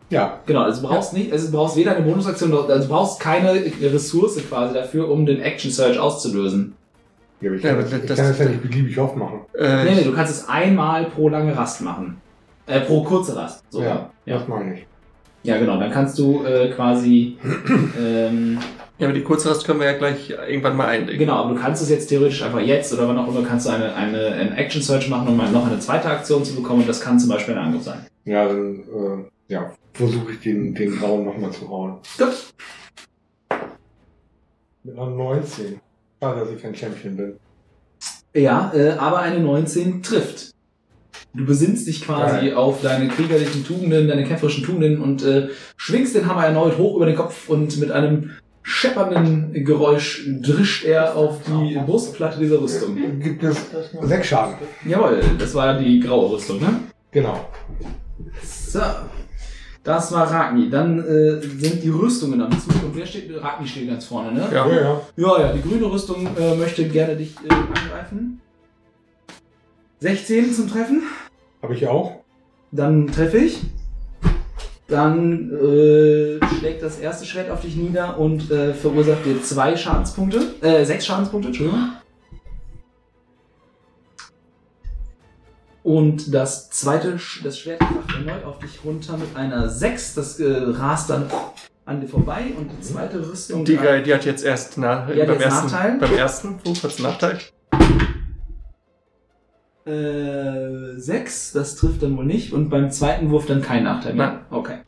Speaker 6: Ja.
Speaker 3: Genau, also du brauchst nicht, also du brauchst weder eine Bonusaktion, noch- also du brauchst keine Ressource quasi dafür, um den Action Search auszulösen.
Speaker 6: ja, aber ich,
Speaker 7: Ja,
Speaker 6: kann,
Speaker 7: aber
Speaker 6: ich
Speaker 7: das-
Speaker 6: kann das ja nicht beliebig oft machen.
Speaker 7: Äh,
Speaker 3: Nee, nee, du kannst es einmal pro lange Rast machen. Äh, pro kurze Rast. So.
Speaker 6: Ja,
Speaker 3: ja.
Speaker 6: Das meine ich.
Speaker 3: Ja, genau. Dann kannst du äh, quasi. ähm,
Speaker 7: Ja, aber die Kurzrast können wir ja gleich irgendwann mal einlegen.
Speaker 3: genau, aber du kannst es jetzt theoretisch einfach jetzt oder wann auch immer kannst du eine, eine, einen Action Search machen, um noch eine zweite Aktion zu bekommen. Und das kann zum Beispiel ein Angriff sein.
Speaker 6: Ja, dann äh, ja, versuche ich den, den Grauen nochmal zu hauen.
Speaker 7: Gut.
Speaker 6: Mit einer 19. Schade, dass ich kein Champion bin.
Speaker 3: Ja, äh, aber eine 19 trifft. Du besinnst dich quasi
Speaker 6: Geil.
Speaker 3: auf deine kriegerlichen Tugenden, deine kämpferischen Tugenden und äh, schwingst den Hammer erneut hoch über den Kopf und mit einem scheppernden Geräusch drischt er auf die Brustplatte dieser Rüstung.
Speaker 6: Gibt es sechs Schaden.
Speaker 3: Jawohl, das war die graue Rüstung, ne?
Speaker 6: Genau.
Speaker 3: So. Das war Ragni. Dann äh, sind die Rüstungen am Zug. Und wer steht? Ragni steht ganz vorne, ne?
Speaker 7: Ja.
Speaker 6: Ja, ja.
Speaker 3: Ja, ja, die grüne Rüstung äh, möchte gerne dich äh, angreifen. 16 zum Treffen.
Speaker 6: Habe ich auch.
Speaker 3: Dann treffe ich. Dann äh, schlägt das erste Schwert auf dich nieder und äh, verursacht dir zwei Schadenspunkte. Äh, sechs Schadenspunkte, Entschuldigung. Und das zweite, Sch- das Schwert kracht erneut auf dich runter mit einer 6. Das äh, rast dann an dir vorbei und die zweite Rüstung.
Speaker 7: Die, äh, die hat jetzt erst na,
Speaker 3: Die hat
Speaker 7: beim,
Speaker 3: jetzt
Speaker 7: ersten,
Speaker 3: Nachteil.
Speaker 7: beim ersten Wurf hat's einen Nachteil.
Speaker 3: Äh, 6, das trifft dann wohl nicht. Und beim zweiten Wurf dann kein Nachteil mehr.
Speaker 7: Nein.
Speaker 3: Okay.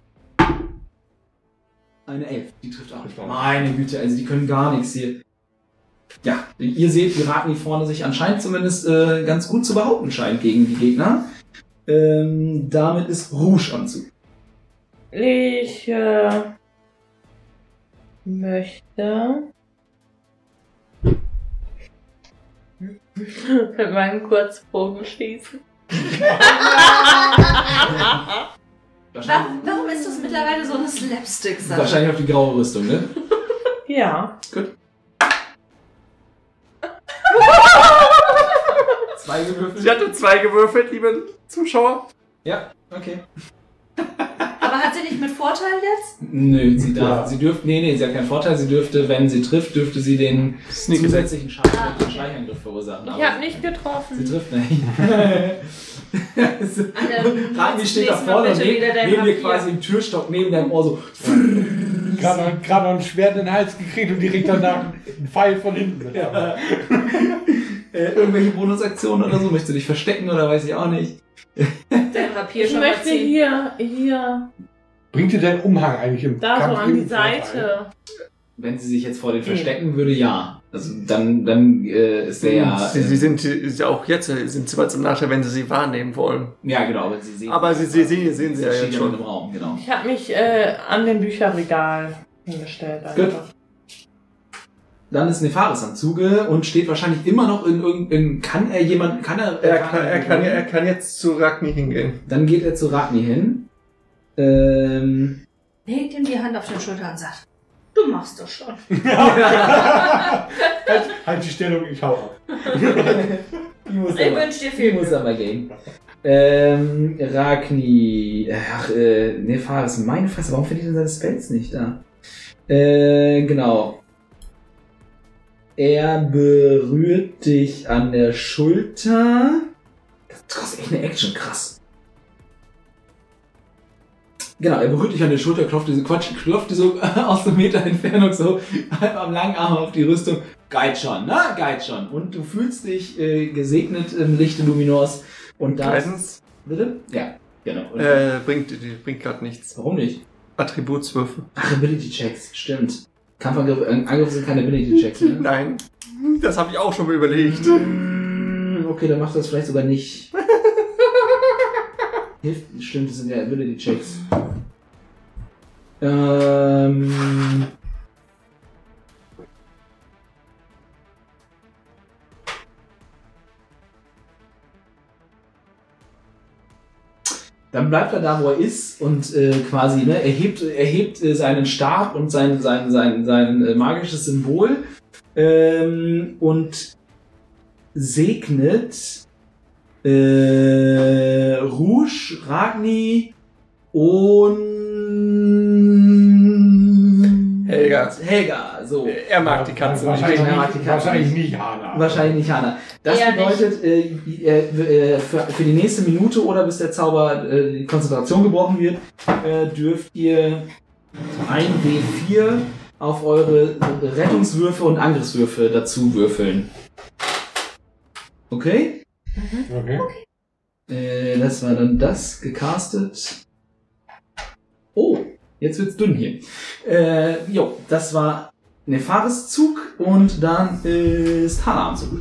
Speaker 3: Eine 11, die trifft auch nicht.
Speaker 6: Trifft auch
Speaker 3: Meine Güte, also die können gar nichts hier. Ja, ihr seht, die Ragni vorne sich anscheinend zumindest äh, ganz gut zu behaupten scheint gegen die Gegner. Ähm, damit ist Rouge am Zug.
Speaker 5: Ich äh, möchte mit meinem Kurzbogen schießen.
Speaker 4: Warum, warum ist das mittlerweile so eine Slapstick-Sache?
Speaker 3: Wahrscheinlich auf die graue Rüstung, ne?
Speaker 5: Ja.
Speaker 3: Zwei gewürfelt.
Speaker 7: Sie hatte zwei gewürfelt, liebe Zuschauer.
Speaker 3: Ja, okay.
Speaker 4: Aber hat sie nicht mit Vorteil jetzt?
Speaker 3: Nö, sie darf,
Speaker 6: Ja.
Speaker 3: sie dürfte, nee, nee, sie hat keinen Vorteil, sie dürfte, wenn sie trifft, dürfte sie den zusätzlichen Schaden
Speaker 4: Ah,
Speaker 3: durch den
Speaker 4: okay.
Speaker 3: Schleichangriff verursachen.
Speaker 5: Ich
Speaker 3: aber
Speaker 5: habe nicht
Speaker 3: Sie
Speaker 5: getroffen.
Speaker 3: trifft nicht. (laughs) Also,
Speaker 4: dann
Speaker 3: Ragni steht da
Speaker 4: nächstes Mal
Speaker 3: vorne und
Speaker 4: bitte
Speaker 3: neben,
Speaker 4: wieder dein
Speaker 3: neben dir
Speaker 4: Papier.
Speaker 3: quasi im Türstock, neben deinem Ohr so.
Speaker 6: Gerade gerade ein Schwert in den Hals gekriegt und direkt danach ein Pfeil von hinten.
Speaker 3: Ja. (laughs) äh, irgendwelche Bonusaktionen oder so? Möchtest du dich verstecken oder weiß ich auch nicht?
Speaker 4: Dein Papier
Speaker 5: Ich
Speaker 4: schon mal
Speaker 5: möchte
Speaker 4: ziehen.
Speaker 5: hier, hier,
Speaker 6: Bringt dir dein Umhang eigentlich im
Speaker 5: da so
Speaker 6: Kampf
Speaker 5: an die
Speaker 6: irgendwo ein?
Speaker 5: Seite.
Speaker 3: Wenn sie sich jetzt vor den verstecken würde, ja. Also dann, dann äh, ist der ja.
Speaker 7: Hm, sie, sie
Speaker 3: Äh,
Speaker 7: sind sie- auch jetzt äh, sind sie bereits im Nachteil, wenn sie sie wahrnehmen wollen.
Speaker 3: ja, genau, aber sie sehen.
Speaker 7: Aber sie- sie sehen- sehen sie ja
Speaker 3: steht
Speaker 7: jetzt
Speaker 3: mit
Speaker 7: schon.
Speaker 3: im Raum, genau.
Speaker 5: Ich habe mich äh, an den Bücherregal hingestellt. einfach.
Speaker 3: Dann ist Nefaris am Zuge und steht wahrscheinlich immer noch in irgendeinem. Kann er jemanden. Kann er.
Speaker 9: Er kann, er, kann, er kann jetzt zu Ragni hingehen.
Speaker 3: Dann geht er zu Ragni hin. Ähm.
Speaker 4: Legt ihm die Hand auf den Schulter und sagt, du machst das schon.
Speaker 6: halt, halt die Stellung, ich hau ab.
Speaker 3: (laughs) Ich muss
Speaker 4: Ich
Speaker 3: aber,
Speaker 4: wünsche dir
Speaker 3: ich
Speaker 4: viel
Speaker 3: muss
Speaker 4: Glück.
Speaker 3: aber gehen. Ähm, Ragni. Ach, äh, Nefaris. Meine Fresse, warum finde ich denn seine Spells nicht da? Äh, genau. Er berührt dich an der Schulter. Das ist krass, echt eine Action, krass. Genau, er berührt dich an der Schulter, klopft diese Quatsch, klopft dir so (laughs) aus einem Meter Entfernung so halb am langen Arm auf die Rüstung. Geilt schon, ne? Geilt schon. Und du fühlst dich äh, gesegnet im Lichte Luminors. Und da.
Speaker 7: Guidance
Speaker 3: Bitte? Ja, genau. Und
Speaker 7: äh, bringt, die- bringt gerade nichts.
Speaker 3: warum nicht?
Speaker 7: Attributswürfe.
Speaker 3: Ach, Ability-Checks, stimmt. Kampfangriff, äh, Angriff sind keine Ability-Checks, ne?
Speaker 7: Nein, das habe ich auch schon mal überlegt.
Speaker 3: Mm, Okay, dann macht das vielleicht sogar nicht. Hilft, stimmt, das sind ja Ability-Checks. Ähm. Dann bleibt er da, wo er ist und äh, quasi ne, erhebt, erhebt äh, seinen Stab und sein, sein, sein, sein äh, magisches Symbol ähm, und segnet äh, Rouge, Ragni und
Speaker 7: Helga.
Speaker 3: Helga, so.
Speaker 7: Er mag die Katze nicht.
Speaker 3: Wahrscheinlich-
Speaker 6: Wahrscheinlich,
Speaker 3: mag die Katze
Speaker 6: wahrscheinlich nicht, Hanna.
Speaker 3: Wahrscheinlich nicht Hanna. Das
Speaker 5: Eher
Speaker 3: bedeutet, äh, äh, äh, für, für die nächste Minute oder bis der Zauber, äh, die Konzentration gebrochen wird, äh, dürft ihr ein W4 auf eure Rettungswürfe und Angriffswürfe dazu würfeln. Okay?
Speaker 6: Okay.
Speaker 3: Äh, das war dann das gecastet. Oh, jetzt wird's dünn hier. Äh, jo, das war Nefaris Zug und dann ist Hanna am Zug.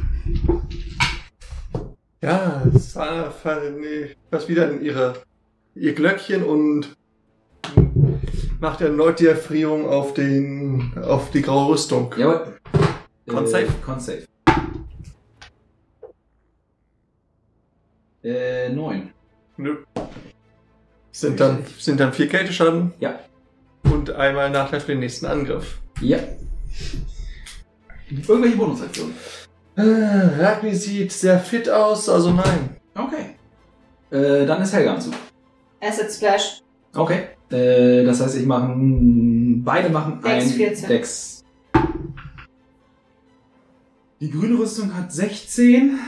Speaker 9: Ja, Sana fall- nee, was wieder in ihre, ihr Glöckchen und macht erneut die Erfrierung auf, den, auf die graue Rüstung.
Speaker 3: Jawohl.
Speaker 7: Con safe.
Speaker 3: Äh, Con safe. Äh, neun.
Speaker 9: Nö. Sind dann, sind dann vier Kälteschaden.
Speaker 3: Ja.
Speaker 9: Und einmal Nachteil für den nächsten Angriff.
Speaker 3: Ja. Irgendwelche Bonusaktionen.
Speaker 9: Äh, Ragni sieht sehr fit aus, also nein.
Speaker 3: Okay. Äh, dann ist Helga am Zug.
Speaker 4: Acid Splash.
Speaker 3: Okay. Äh, das heißt, ich mache. Beide machen
Speaker 4: Dex
Speaker 3: ein
Speaker 4: 14.
Speaker 3: Dex. Die grüne Rüstung hat 16.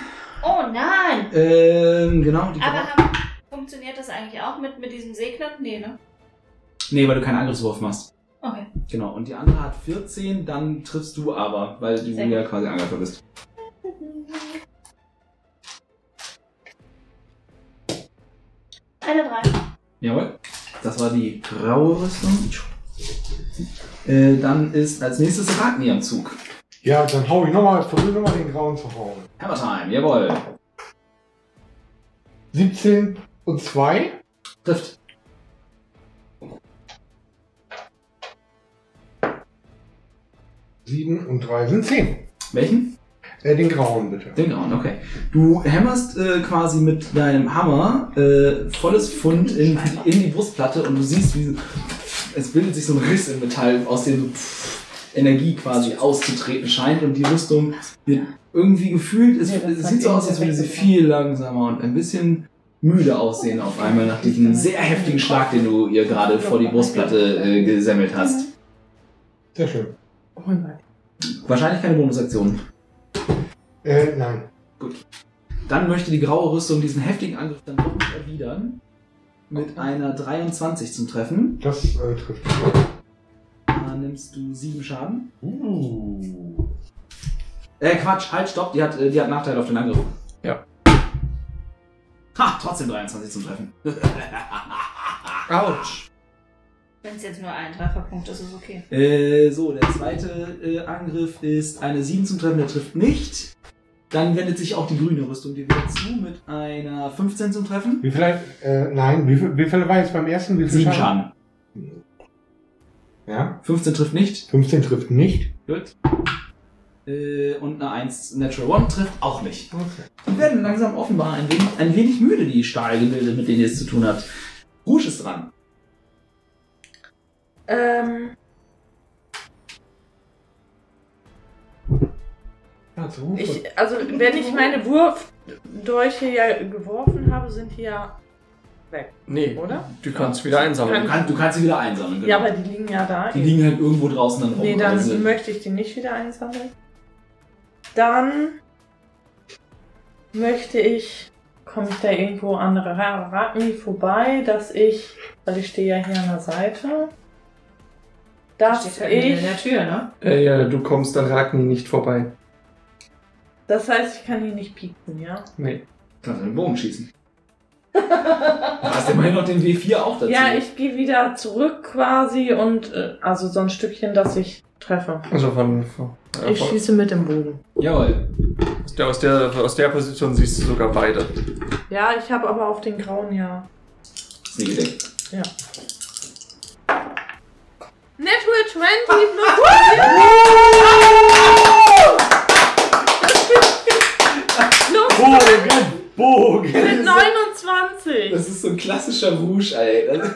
Speaker 4: Oh nein!
Speaker 3: Ähm, genau. Die
Speaker 4: Aber
Speaker 3: grau-
Speaker 4: haben, funktioniert das eigentlich auch mit, mit diesem Segnen? Nee, ne?
Speaker 3: nee, weil du keinen Angriffswurf machst.
Speaker 4: Okay.
Speaker 3: Genau. Und die andere hat 14, dann triffst du aber, weil du
Speaker 4: Sehr
Speaker 3: ja quasi Angreifer bist.
Speaker 4: Eine drei.
Speaker 3: Jawohl. Das war die graue Rüstung. Äh, dann ist als nächstes Ragni am Zug.
Speaker 6: Ja, dann hau ich nochmal, versuche nochmal den Grauen zu hauen.
Speaker 3: Hammer Time, jawohl.
Speaker 6: 17 und 2.
Speaker 3: Trifft.
Speaker 6: Sieben und drei sind zehn.
Speaker 3: Welchen?
Speaker 6: Äh, den grauen bitte.
Speaker 3: Den grauen, okay. Du hämmerst äh, quasi mit deinem Hammer äh, volles Fund in, in die Brustplatte und du siehst, wie es bildet sich so ein Riss im Metall, aus dem so pff, Energie quasi auszutreten scheint und die Rüstung wird irgendwie gefühlt, es, es sieht so aus, als würde sie viel langsamer und ein bisschen müde aussehen auf einmal nach diesem sehr heftigen Schlag, den du ihr gerade vor die Brustplatte äh, gesemmelt hast.
Speaker 6: Sehr schön.
Speaker 3: Wahrscheinlich keine Bonusaktion.
Speaker 6: Äh, nein.
Speaker 3: Dann möchte die graue Rüstung diesen heftigen Angriff dann doch nicht erwidern. Mit einer 23 zum Treffen.
Speaker 6: Das äh, trifft.
Speaker 3: Da nimmst du 7 Schaden.
Speaker 6: Uh.
Speaker 3: Äh, Quatsch, halt, stopp, die hat, äh, die hat Nachteil auf den Angriff.
Speaker 7: Ja.
Speaker 3: Ha, trotzdem 23 zum Treffen.
Speaker 7: Autsch.
Speaker 4: Wenn es jetzt nur ein Trefferpunkt ist, ist okay.
Speaker 3: Äh, so, der zweite äh, Angriff ist eine 7 zum Treffen, der trifft nicht. Dann wendet sich auch die grüne Rüstung dir wieder zu mit einer 15 zum Treffen.
Speaker 6: Wie viel, äh, nein, wie viel, wie viel war jetzt beim ersten? Wie viel
Speaker 3: 7 Schaden.
Speaker 6: Ja.
Speaker 3: 15 trifft nicht.
Speaker 6: 15 trifft nicht.
Speaker 3: Gut. Äh, und eine 1 Natural One trifft auch nicht.
Speaker 6: Okay.
Speaker 3: Die werden langsam offenbar ein wenig, ein wenig müde, die Stahlgebilde, mit denen ihr es zu tun habt. Rouge ist dran.
Speaker 5: Ähm, ich, also wenn ich meine Wurfdolche ja geworfen habe, sind die ja,
Speaker 7: Nee,
Speaker 5: oder?
Speaker 7: du kannst wieder einsammeln.
Speaker 3: Du, kann, du kannst sie wieder einsammeln. genau.
Speaker 5: Ja, aber die liegen ja da.
Speaker 3: die liegen halt irgendwo draußen dann rum.
Speaker 4: Oh,
Speaker 5: nee, dann
Speaker 3: Also,
Speaker 5: möchte ich die nicht wieder einsammeln. Dann möchte ich, komme ich da irgendwo an Ra- Ragni vorbei, dass ich, weil ich stehe ja hier an der Seite, dass
Speaker 4: Steht halt mitten in
Speaker 5: ich,
Speaker 4: der Tür, ne?
Speaker 9: Äh, ja, du kommst an Ragni nicht vorbei.
Speaker 5: das heißt, ich kann die nicht pieksen, ja?
Speaker 9: Nee.
Speaker 3: kannst du den halt Bogen schießen. du hast immerhin noch den W4 auch dazu.
Speaker 5: Ja, ich gehe wieder zurück quasi und äh, also so ein Stückchen, dass ich treffe.
Speaker 9: Also von, von, äh,
Speaker 5: Ich
Speaker 9: von
Speaker 5: schieße mit dem Bogen.
Speaker 3: Jawohl.
Speaker 9: aus, der, aus, der, aus der Position siehst du sogar beide.
Speaker 5: Ja, ich habe aber auf den grauen ja.
Speaker 3: Ist nie gedeckt.
Speaker 5: Natural 20
Speaker 6: Ah.
Speaker 5: plus 4.
Speaker 6: Bogen! Bogen!
Speaker 5: Mit 29.
Speaker 3: Das ist so ein klassischer Rouge, ey. Das-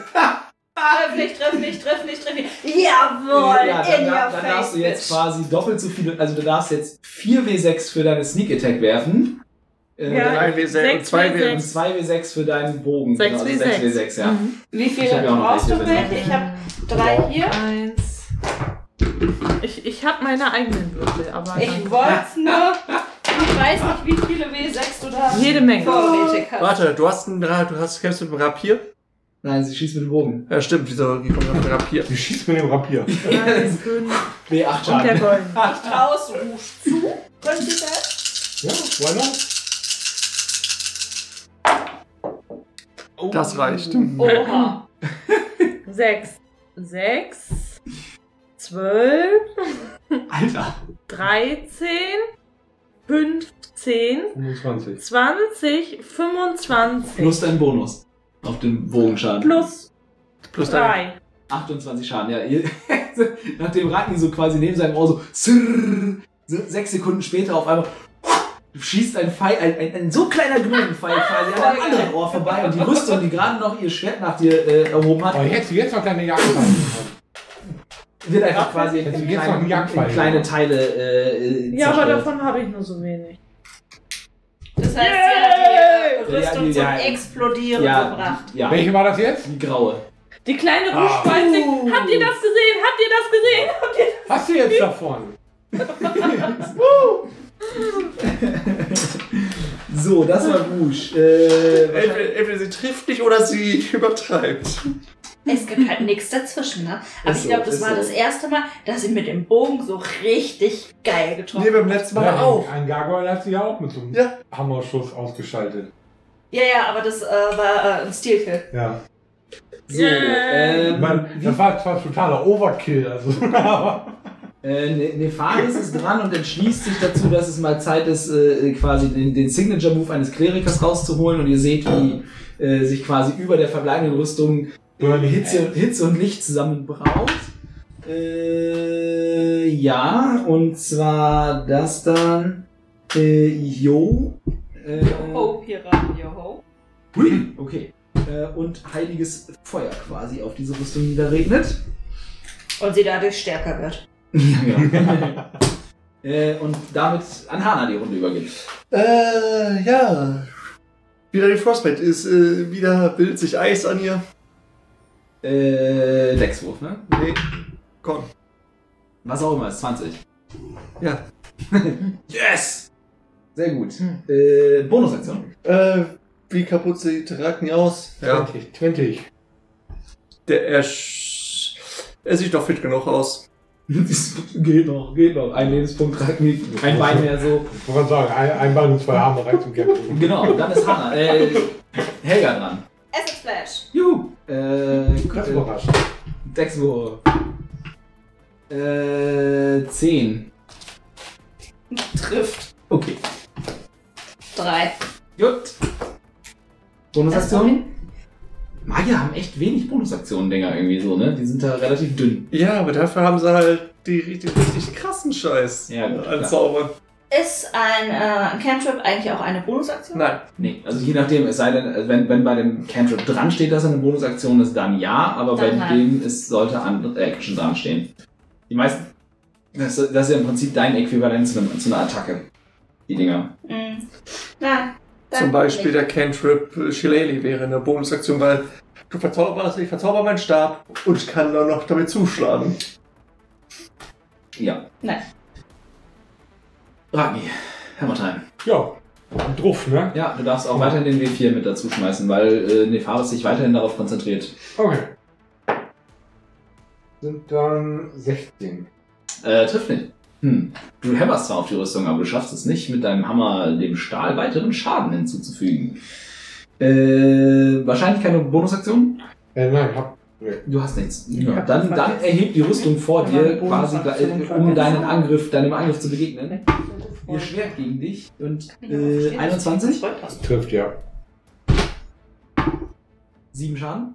Speaker 3: Ah,
Speaker 4: Triff nicht, triff nicht, triff nicht, triff nicht.
Speaker 5: Oh,
Speaker 4: Jawohl!
Speaker 3: ja, dann,
Speaker 4: in your
Speaker 3: dar-
Speaker 4: face,
Speaker 3: dann darfst du jetzt
Speaker 4: bitch.
Speaker 3: quasi doppelt so viele, also du darfst jetzt 4W6 für deine Sneak Attack werfen. Äh,
Speaker 5: Ja,
Speaker 9: Drei W sechs und
Speaker 5: sechs
Speaker 9: zwei
Speaker 5: W
Speaker 9: W-
Speaker 3: Und 2W6 für deinen Bogen.
Speaker 5: Sechs
Speaker 3: genau,
Speaker 5: W
Speaker 3: also
Speaker 5: sechs.
Speaker 3: 6W6, ja.
Speaker 5: Mhm.
Speaker 4: Wie
Speaker 3: Ich
Speaker 4: viele
Speaker 3: hab ja auch noch
Speaker 4: brauchst du
Speaker 3: welche,
Speaker 4: welche? Ich habe drei hier.
Speaker 5: Eins, Ich, ich habe meine eigenen Würfel, aber
Speaker 4: Ich
Speaker 5: dann-
Speaker 3: (laughs)
Speaker 4: wollt's nur. Ich weiß nicht, wie viele W6 du da Oh,
Speaker 5: jede Menge.
Speaker 4: vorrätig hast.
Speaker 7: Warte, du hast einen, Ra- du hast, kämpfst mit einem Rapier?
Speaker 3: Nein, sie schießt mit dem Bogen.
Speaker 7: Ja, stimmt, wieso, wie kommt man auf ein Rapier?
Speaker 6: Du schießt mit dem Rapier.
Speaker 5: Eins, fünf
Speaker 3: W8
Speaker 5: und der
Speaker 3: Schaden.
Speaker 5: Golden.
Speaker 4: Strauß ruft zu. Könnte das?
Speaker 6: Ja, why not?
Speaker 3: Oh.
Speaker 7: Das reicht.
Speaker 5: Oh,
Speaker 7: Hm.
Speaker 4: Oha.
Speaker 5: Sechs. Sechs. Zwölf.
Speaker 3: Alter.
Speaker 5: Dreizehn. Fünfzehn.
Speaker 6: 25.
Speaker 5: Zwanzig. Fünfundzwanzig.
Speaker 3: Plus dein Bonus. Auf den Bogenschaden.
Speaker 5: Plus
Speaker 7: Plus dein
Speaker 5: drei.
Speaker 3: 28 Schaden, ja. ihr- (laughs) Nachdem Ragni so quasi neben seinem Ohr so zirr, se- sechs Sekunden später auf einmal schießt ein Pfeil, ein, ein, ein so kleiner Glumenpfeil quasi an einem anderen Ohr vorbei und die Rüstung, die gerade noch ihr Schwert nach dir äh, erhoben
Speaker 6: Aber
Speaker 3: hat,
Speaker 6: jetzt, jetzt noch deine Jagd anfangen.
Speaker 3: wird einfach quasi in,
Speaker 6: Jetzt
Speaker 3: in,
Speaker 6: geht's noch
Speaker 3: kleine,
Speaker 6: ein Jagdpfeil.
Speaker 3: in kleine Teile äh, äh,
Speaker 5: Ja, aber
Speaker 3: zerstört.
Speaker 5: davon habe ich nur so wenig.
Speaker 4: Das heißt, sie hat ihre
Speaker 3: Yay!
Speaker 4: äh, Rüstung
Speaker 3: Ja, ja, ja.
Speaker 4: zum Explodieren
Speaker 3: ja,
Speaker 4: gebracht.
Speaker 3: ja,
Speaker 6: Welche war das jetzt?
Speaker 3: die graue.
Speaker 5: Die kleine
Speaker 6: Ah.
Speaker 5: Ruschwalzig. Habt ihr das gesehen? Habt ihr das gesehen? Habt ihr
Speaker 6: Hast du jetzt davon?
Speaker 3: So, das war Busch. Äh, wahrscheinlich-
Speaker 7: Entweder, entweder sie trifft dich oder sie (laughs) übertreibt.
Speaker 4: Es gibt halt nichts dazwischen, ne? Aber
Speaker 3: Ist
Speaker 4: ich
Speaker 3: so,
Speaker 4: glaube, das
Speaker 3: ist
Speaker 4: war
Speaker 3: so.
Speaker 4: das erste Mal, dass sie mit dem Bogen so richtig geil getroffen
Speaker 7: Nee, beim letzten Mal
Speaker 6: Ja,
Speaker 7: auch.
Speaker 6: Ein Gargoyle hat sich ja auch mit so einem
Speaker 7: Ja.
Speaker 6: Hammerschuss ausgeschaltet.
Speaker 4: Ja, ja, aber das äh, war äh, ein Stilkill.
Speaker 6: Ja.
Speaker 3: so,
Speaker 6: Ich
Speaker 3: ähm,
Speaker 6: meine, das war zwar totaler Overkill, also. (laughs) aber-
Speaker 3: Äh, Ne- Nefaris ist dran und entschließt sich dazu, dass es mal Zeit ist, äh, quasi den, den Signature-Move eines Klerikers rauszuholen. Und ihr seht, wie äh, sich quasi über der verbleibenden Rüstung äh,
Speaker 6: Burning
Speaker 3: Hitze, Hitze und Licht zusammenbraut. Äh, ja, und zwar das dann. Äh, jo. Äh,
Speaker 4: Oh, Piran, joho.
Speaker 3: hui, okay. Äh, und heiliges Feuer quasi auf diese Rüstung niederregnet.
Speaker 4: Und sie dadurch stärker wird.
Speaker 3: Ja, (laughs) genau. äh, und damit an Hana die Runde übergibt.
Speaker 7: Äh, ja. Wieder die Frostbite ist, äh, wieder bildet sich Eis an ihr.
Speaker 3: Äh, Deckswurf, ne?
Speaker 7: Nee, komm.
Speaker 3: Was auch immer, ist 20.
Speaker 7: Ja.
Speaker 3: yes! Sehr gut. Äh, Bonusaktion.
Speaker 7: Äh, wie kaputt sieht Ragni aus?
Speaker 6: 20, 20.
Speaker 7: Der, er, sch- er sieht doch fit genug aus.
Speaker 3: (laughs) geht noch, geht noch. Ein Lebenspunkt reicht mir. Kein Bein mehr so.
Speaker 6: Ich wollte gerade sagen, ein, ein Bein und zwei Arme reicht zum Kämpfen.
Speaker 3: Genau, dann ist Hana. Äh, Helga dran.
Speaker 4: Acid Flash.
Speaker 3: Juhu! Äh,
Speaker 6: Ganz
Speaker 3: äh,
Speaker 6: überrascht.
Speaker 3: Deckswurf. Äh, 10.
Speaker 4: Trifft.
Speaker 3: Okay.
Speaker 4: Drei.
Speaker 3: Gut.
Speaker 4: Das
Speaker 3: Bonusaktion? Magier haben echt wenig Bonusaktionen, Dinger, irgendwie so, ne? Die sind da relativ dünn.
Speaker 7: Ja, aber dafür haben sie halt die richtig, richtig krassen Scheiß
Speaker 3: Ja, gut,
Speaker 7: an
Speaker 3: klar.
Speaker 7: Zauber.
Speaker 4: Ist ein äh, Cantrip eigentlich auch eine Bonusaktion?
Speaker 7: Nein.
Speaker 3: Nee, also je nachdem, es sei denn, wenn, wenn bei dem Cantrip dran steht, dass er eine Bonusaktion ist, dann ja, aber bei
Speaker 4: Dann nein.
Speaker 3: dem ist, sollte andere Action dran stehen. Die meisten. Das, das ist ja im Prinzip dein Äquivalent zu, einem, zu einer Attacke. Die Dinger.
Speaker 4: Mhm. Nein. Dann
Speaker 7: Zum Beispiel
Speaker 4: nicht.
Speaker 7: der Cantrip äh, Shillelagh wäre eine Bonusaktion, weil du verzauberst, ich verzauber meinen Stab und kann dann noch damit zuschlagen.
Speaker 3: Ja.
Speaker 4: Nein.
Speaker 3: Ragi, Hammertime.
Speaker 6: Ja, drauf, ne?
Speaker 3: Ja, du darfst auch weiterhin den W4 mit dazu schmeißen, weil äh, Nefaris sich weiterhin darauf konzentriert.
Speaker 6: Okay. Sind dann 16.
Speaker 3: Äh, trifft nicht. Hm. Du hämmerst zwar auf die Rüstung, aber du schaffst es nicht, mit deinem Hammer dem Stahl weiteren Schaden hinzuzufügen. Äh, wahrscheinlich keine Bonusaktion?
Speaker 6: Äh, nein, hab.
Speaker 3: Du hast nichts.
Speaker 5: hab
Speaker 3: Dann,
Speaker 5: nichts.
Speaker 3: dann erhebt die Rüstung vor
Speaker 5: Kann man
Speaker 3: dir,
Speaker 5: eine
Speaker 3: quasi,
Speaker 5: Bonusaktion
Speaker 3: äh, um
Speaker 5: vergessen?
Speaker 3: deinen Angriff, deinem Angriff zu begegnen. Ihr
Speaker 5: das?
Speaker 3: Schwert gegen dich und
Speaker 4: Ich kann nicht
Speaker 3: äh,
Speaker 4: verstehen, dass du
Speaker 3: 21,
Speaker 4: das Zeug hast.
Speaker 6: Trifft ja.
Speaker 3: 7 Schaden.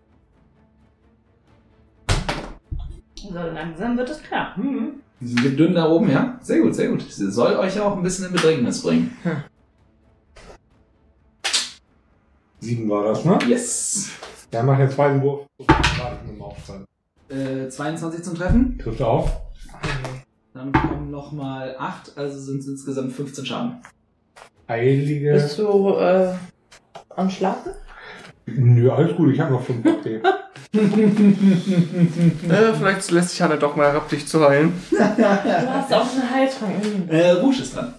Speaker 4: So langsam wird es klar.
Speaker 3: Mhm. Sie sind dünn da oben, ja? Sehr gut, sehr gut. Sie soll euch auch ein bisschen in Bedrängnis bringen.
Speaker 6: 7 war das, ne?
Speaker 3: Yes.
Speaker 6: Ja, mach den zweiten Wurf. Warte, ich nehme auf. dann.
Speaker 3: Äh, 22 zum Treffen.
Speaker 6: Trifft er auf.
Speaker 3: Dann kommen nochmal 8, also sind es insgesamt 15 Schaden.
Speaker 6: Heilige.
Speaker 5: Bist du äh, am Schlafen?
Speaker 6: Nö, alles gut, ich habe noch 5 HP.
Speaker 9: Äh, vielleicht lässt sich Hanna doch mal herab, dich zu heilen.
Speaker 5: Du hast auch einen Heiltrank. Mhm.
Speaker 3: Äh, Rouge ist dran.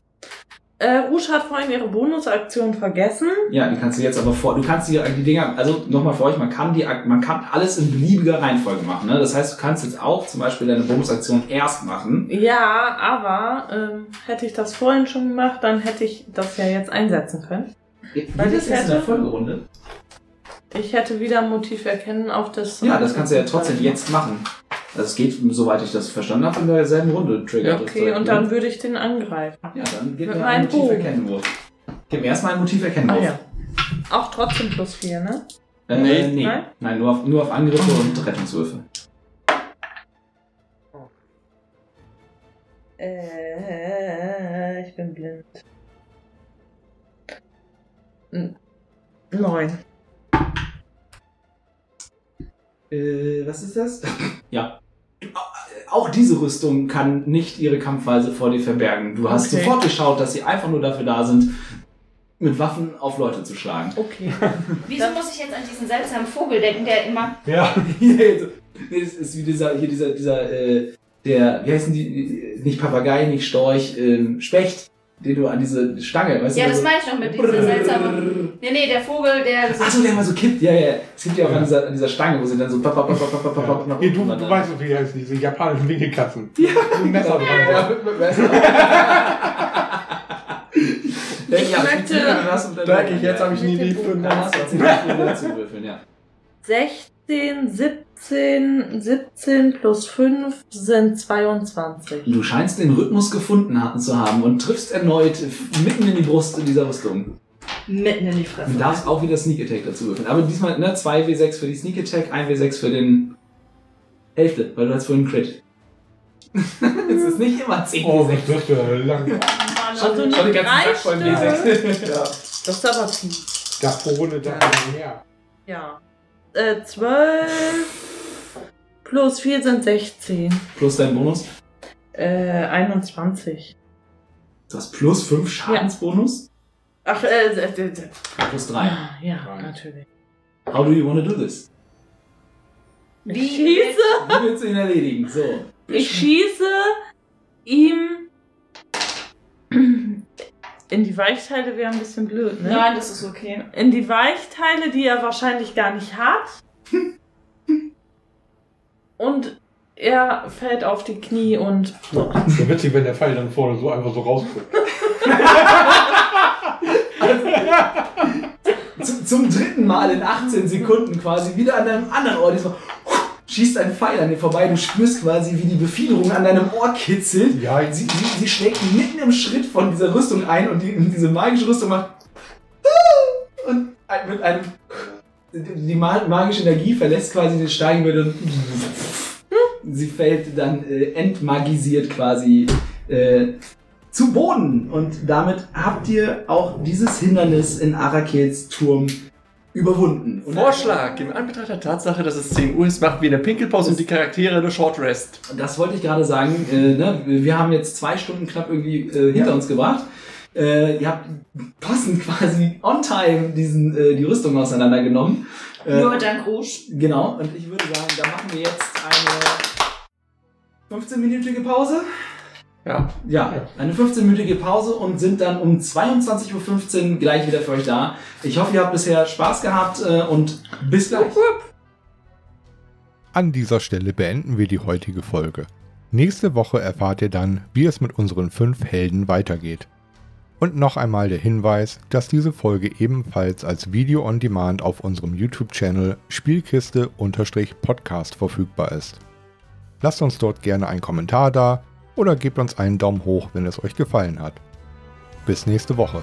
Speaker 5: Äh, Rouge hat vorhin ihre Bonusaktion vergessen.
Speaker 3: Ja, die kannst du jetzt aber vor. Du kannst die, die Dinger, also nochmal für euch, man kann die, man kann alles in beliebiger Reihenfolge machen. Ne? Das heißt, du kannst jetzt auch zum Beispiel deine Bonusaktion erst machen.
Speaker 5: Ja, aber ähm, hätte ich das vorhin schon gemacht, dann hätte ich das ja jetzt einsetzen können.
Speaker 3: Wie
Speaker 5: Weil das
Speaker 3: jetzt in der
Speaker 5: hätte-
Speaker 3: Folgerunde?
Speaker 5: Ich hätte wieder Motiv erkennen auf das.
Speaker 3: Ja, das kannst du ja trotzdem jetzt machen. Also es geht, soweit ich das verstanden habe, in derselben Runde. Trigger das
Speaker 5: Okay,
Speaker 3: direkt,
Speaker 5: und
Speaker 3: ne?
Speaker 5: dann würde ich den angreifen.
Speaker 3: Ja, dann gib
Speaker 5: Mit
Speaker 3: mir einen
Speaker 5: meinem
Speaker 3: Motiv
Speaker 5: Bogen.
Speaker 3: erkennen Gib mir erstmal einen Motiv erkennen
Speaker 5: Ah ja. Auch trotzdem plus 4, ne?
Speaker 3: Äh,
Speaker 7: Nee.
Speaker 3: nee. nee.
Speaker 5: Nein?
Speaker 3: Nein, nur auf, nur auf Angriffe und Rettungswürfe.
Speaker 5: Äh, ich bin blind. N- Neun.
Speaker 3: Äh, was ist das? ja. Auch diese Rüstung kann nicht ihre Kampfweise vor dir verbergen. Du hast
Speaker 5: Okay.
Speaker 3: sofort geschaut, dass sie einfach nur dafür da sind, mit Waffen auf Leute zu schlagen.
Speaker 5: Okay.
Speaker 4: Wieso muss ich jetzt an diesen seltsamen Vogel denken, der immer.
Speaker 6: Ja.
Speaker 3: nee, so- nee, das ist wie dieser, hier dieser, dieser, äh, der, wie heißen die, nicht Papagei, nicht Storch, ähm, Specht, den du an diese Stange, weißt
Speaker 4: Ja,
Speaker 3: du?
Speaker 4: das
Speaker 3: so-
Speaker 4: meine ich noch mit dieser seltsamen.
Speaker 7: (laughs)
Speaker 4: Nee, nee, der Vogel, der.
Speaker 3: Ach so, der immer so kippt, ja, ja. Es gibt ja auch
Speaker 6: Ja.
Speaker 3: An, dieser, an dieser Stange, wo sie dann so pop, pop, pop, pop, pop, pop, nach
Speaker 6: Hier, du,
Speaker 3: unten
Speaker 6: du
Speaker 3: wandern.
Speaker 6: weißt, wie die heißen, diese japanischen Winkelkatzen. Ja. So ein Messer dran.
Speaker 3: Ja, mit- mit (laughs) Messer.
Speaker 5: Ich möchte-
Speaker 3: Merke
Speaker 9: ich nie die
Speaker 3: Dann hast du jetzt nicht zu würfeln, ja.
Speaker 5: 16, 17, 17 plus 5 sind 22.
Speaker 3: Du scheinst den Rhythmus gefunden ha- zu haben und triffst erneut f- mitten in die Brust in dieser Rüstung.
Speaker 4: Mitten in die
Speaker 3: Du
Speaker 4: Fresse.
Speaker 3: darfst auch wieder Sneak Attack dazu würfeln. Aber diesmal ne, 2W6 für die Sneak Attack, 1W6 für den Hälfte, weil du hast vorhin Crit. (laughs) es ist nicht immer 10 W6.
Speaker 6: Oh, was wird der lang?
Speaker 5: Also nur
Speaker 3: den ganzen
Speaker 5: drei
Speaker 3: Tag voll
Speaker 5: Stück.
Speaker 3: W6.
Speaker 5: (laughs)
Speaker 3: ja.
Speaker 5: Das ist aber viel.
Speaker 6: Da pro Runde, da pro Runde mehr.
Speaker 5: Ja. Äh, 12 plus 4 sind 16.
Speaker 3: Plus dein Bonus.
Speaker 5: Äh, 21.
Speaker 3: Du hast plus 5 Schadensbonus.
Speaker 5: Ach, äh, äh, äh, äh.
Speaker 3: Plus 3.
Speaker 5: Ah, ja,
Speaker 6: Drei.
Speaker 5: natürlich.
Speaker 3: How do you wanna do this?
Speaker 4: Wie-
Speaker 5: Ich schieße,
Speaker 3: Wie willst du ihn erledigen? So.
Speaker 5: ich schieße ihm in die Weichteile wäre ein bisschen blöd, ne?
Speaker 4: Nein, das ist okay.
Speaker 5: In die Weichteile, die er wahrscheinlich gar nicht hat. (laughs) Und er fällt auf die Knie und
Speaker 6: So witzig, wenn der Pfeil dann vorne so einfach so rausguckt.
Speaker 3: Zum- zum dritten Mal in 18 Sekunden quasi wieder an einem anderen Ort. ist so, Schießt ein Pfeil an dir vorbei, du spürst quasi, wie die Befiederung an deinem Ohr kitzelt.
Speaker 6: Ja,
Speaker 3: Sie, sie, sie schlägt mitten im Schritt von dieser Rüstung ein und die, und diese magische Rüstung macht. (laughs) Und ein- mit einem. Die ma- magische Energie verlässt quasi den Steigenbild und. Sie fällt dann äh, entmagisiert quasi äh, zu Boden. Und damit habt ihr auch dieses Hindernis in Arakels Turm überwunden. Und
Speaker 7: Vorschlag, in Anbetracht der Tatsache, dass es 10 Uhr ist, machen wir eine Pinkelpause und die Charaktere eine Short Rest.
Speaker 3: Das wollte ich gerade sagen. Äh, ne? Wir haben jetzt zwei Stunden knapp irgendwie äh, hinter uns gebracht. Äh, ihr habt passend quasi on time diesen, äh, die Rüstung auseinandergenommen. Äh,
Speaker 4: Nur dank Rouge.
Speaker 3: Genau, und ich würde sagen, da machen wir jetzt eine 15-minütige Pause.
Speaker 7: Ja.
Speaker 3: Ja,
Speaker 6: Ja.
Speaker 3: eine 15-minütige Pause und sind dann um 22.15 Uhr gleich wieder für euch da. Ich hoffe, ihr habt bisher Spaß gehabt äh, und bis gleich.
Speaker 1: An dieser Stelle beenden wir die heutige Folge. Nächste Woche erfahrt ihr dann, wie es mit unseren fünf Helden weitergeht. Und noch einmal der Hinweis, dass diese Folge ebenfalls als Video on Demand auf unserem YouTube-Channel Spielkiste-Podcast verfügbar ist. Lasst uns dort gerne einen Kommentar da oder gebt uns einen Daumen hoch, wenn es euch gefallen hat. Bis nächste Woche.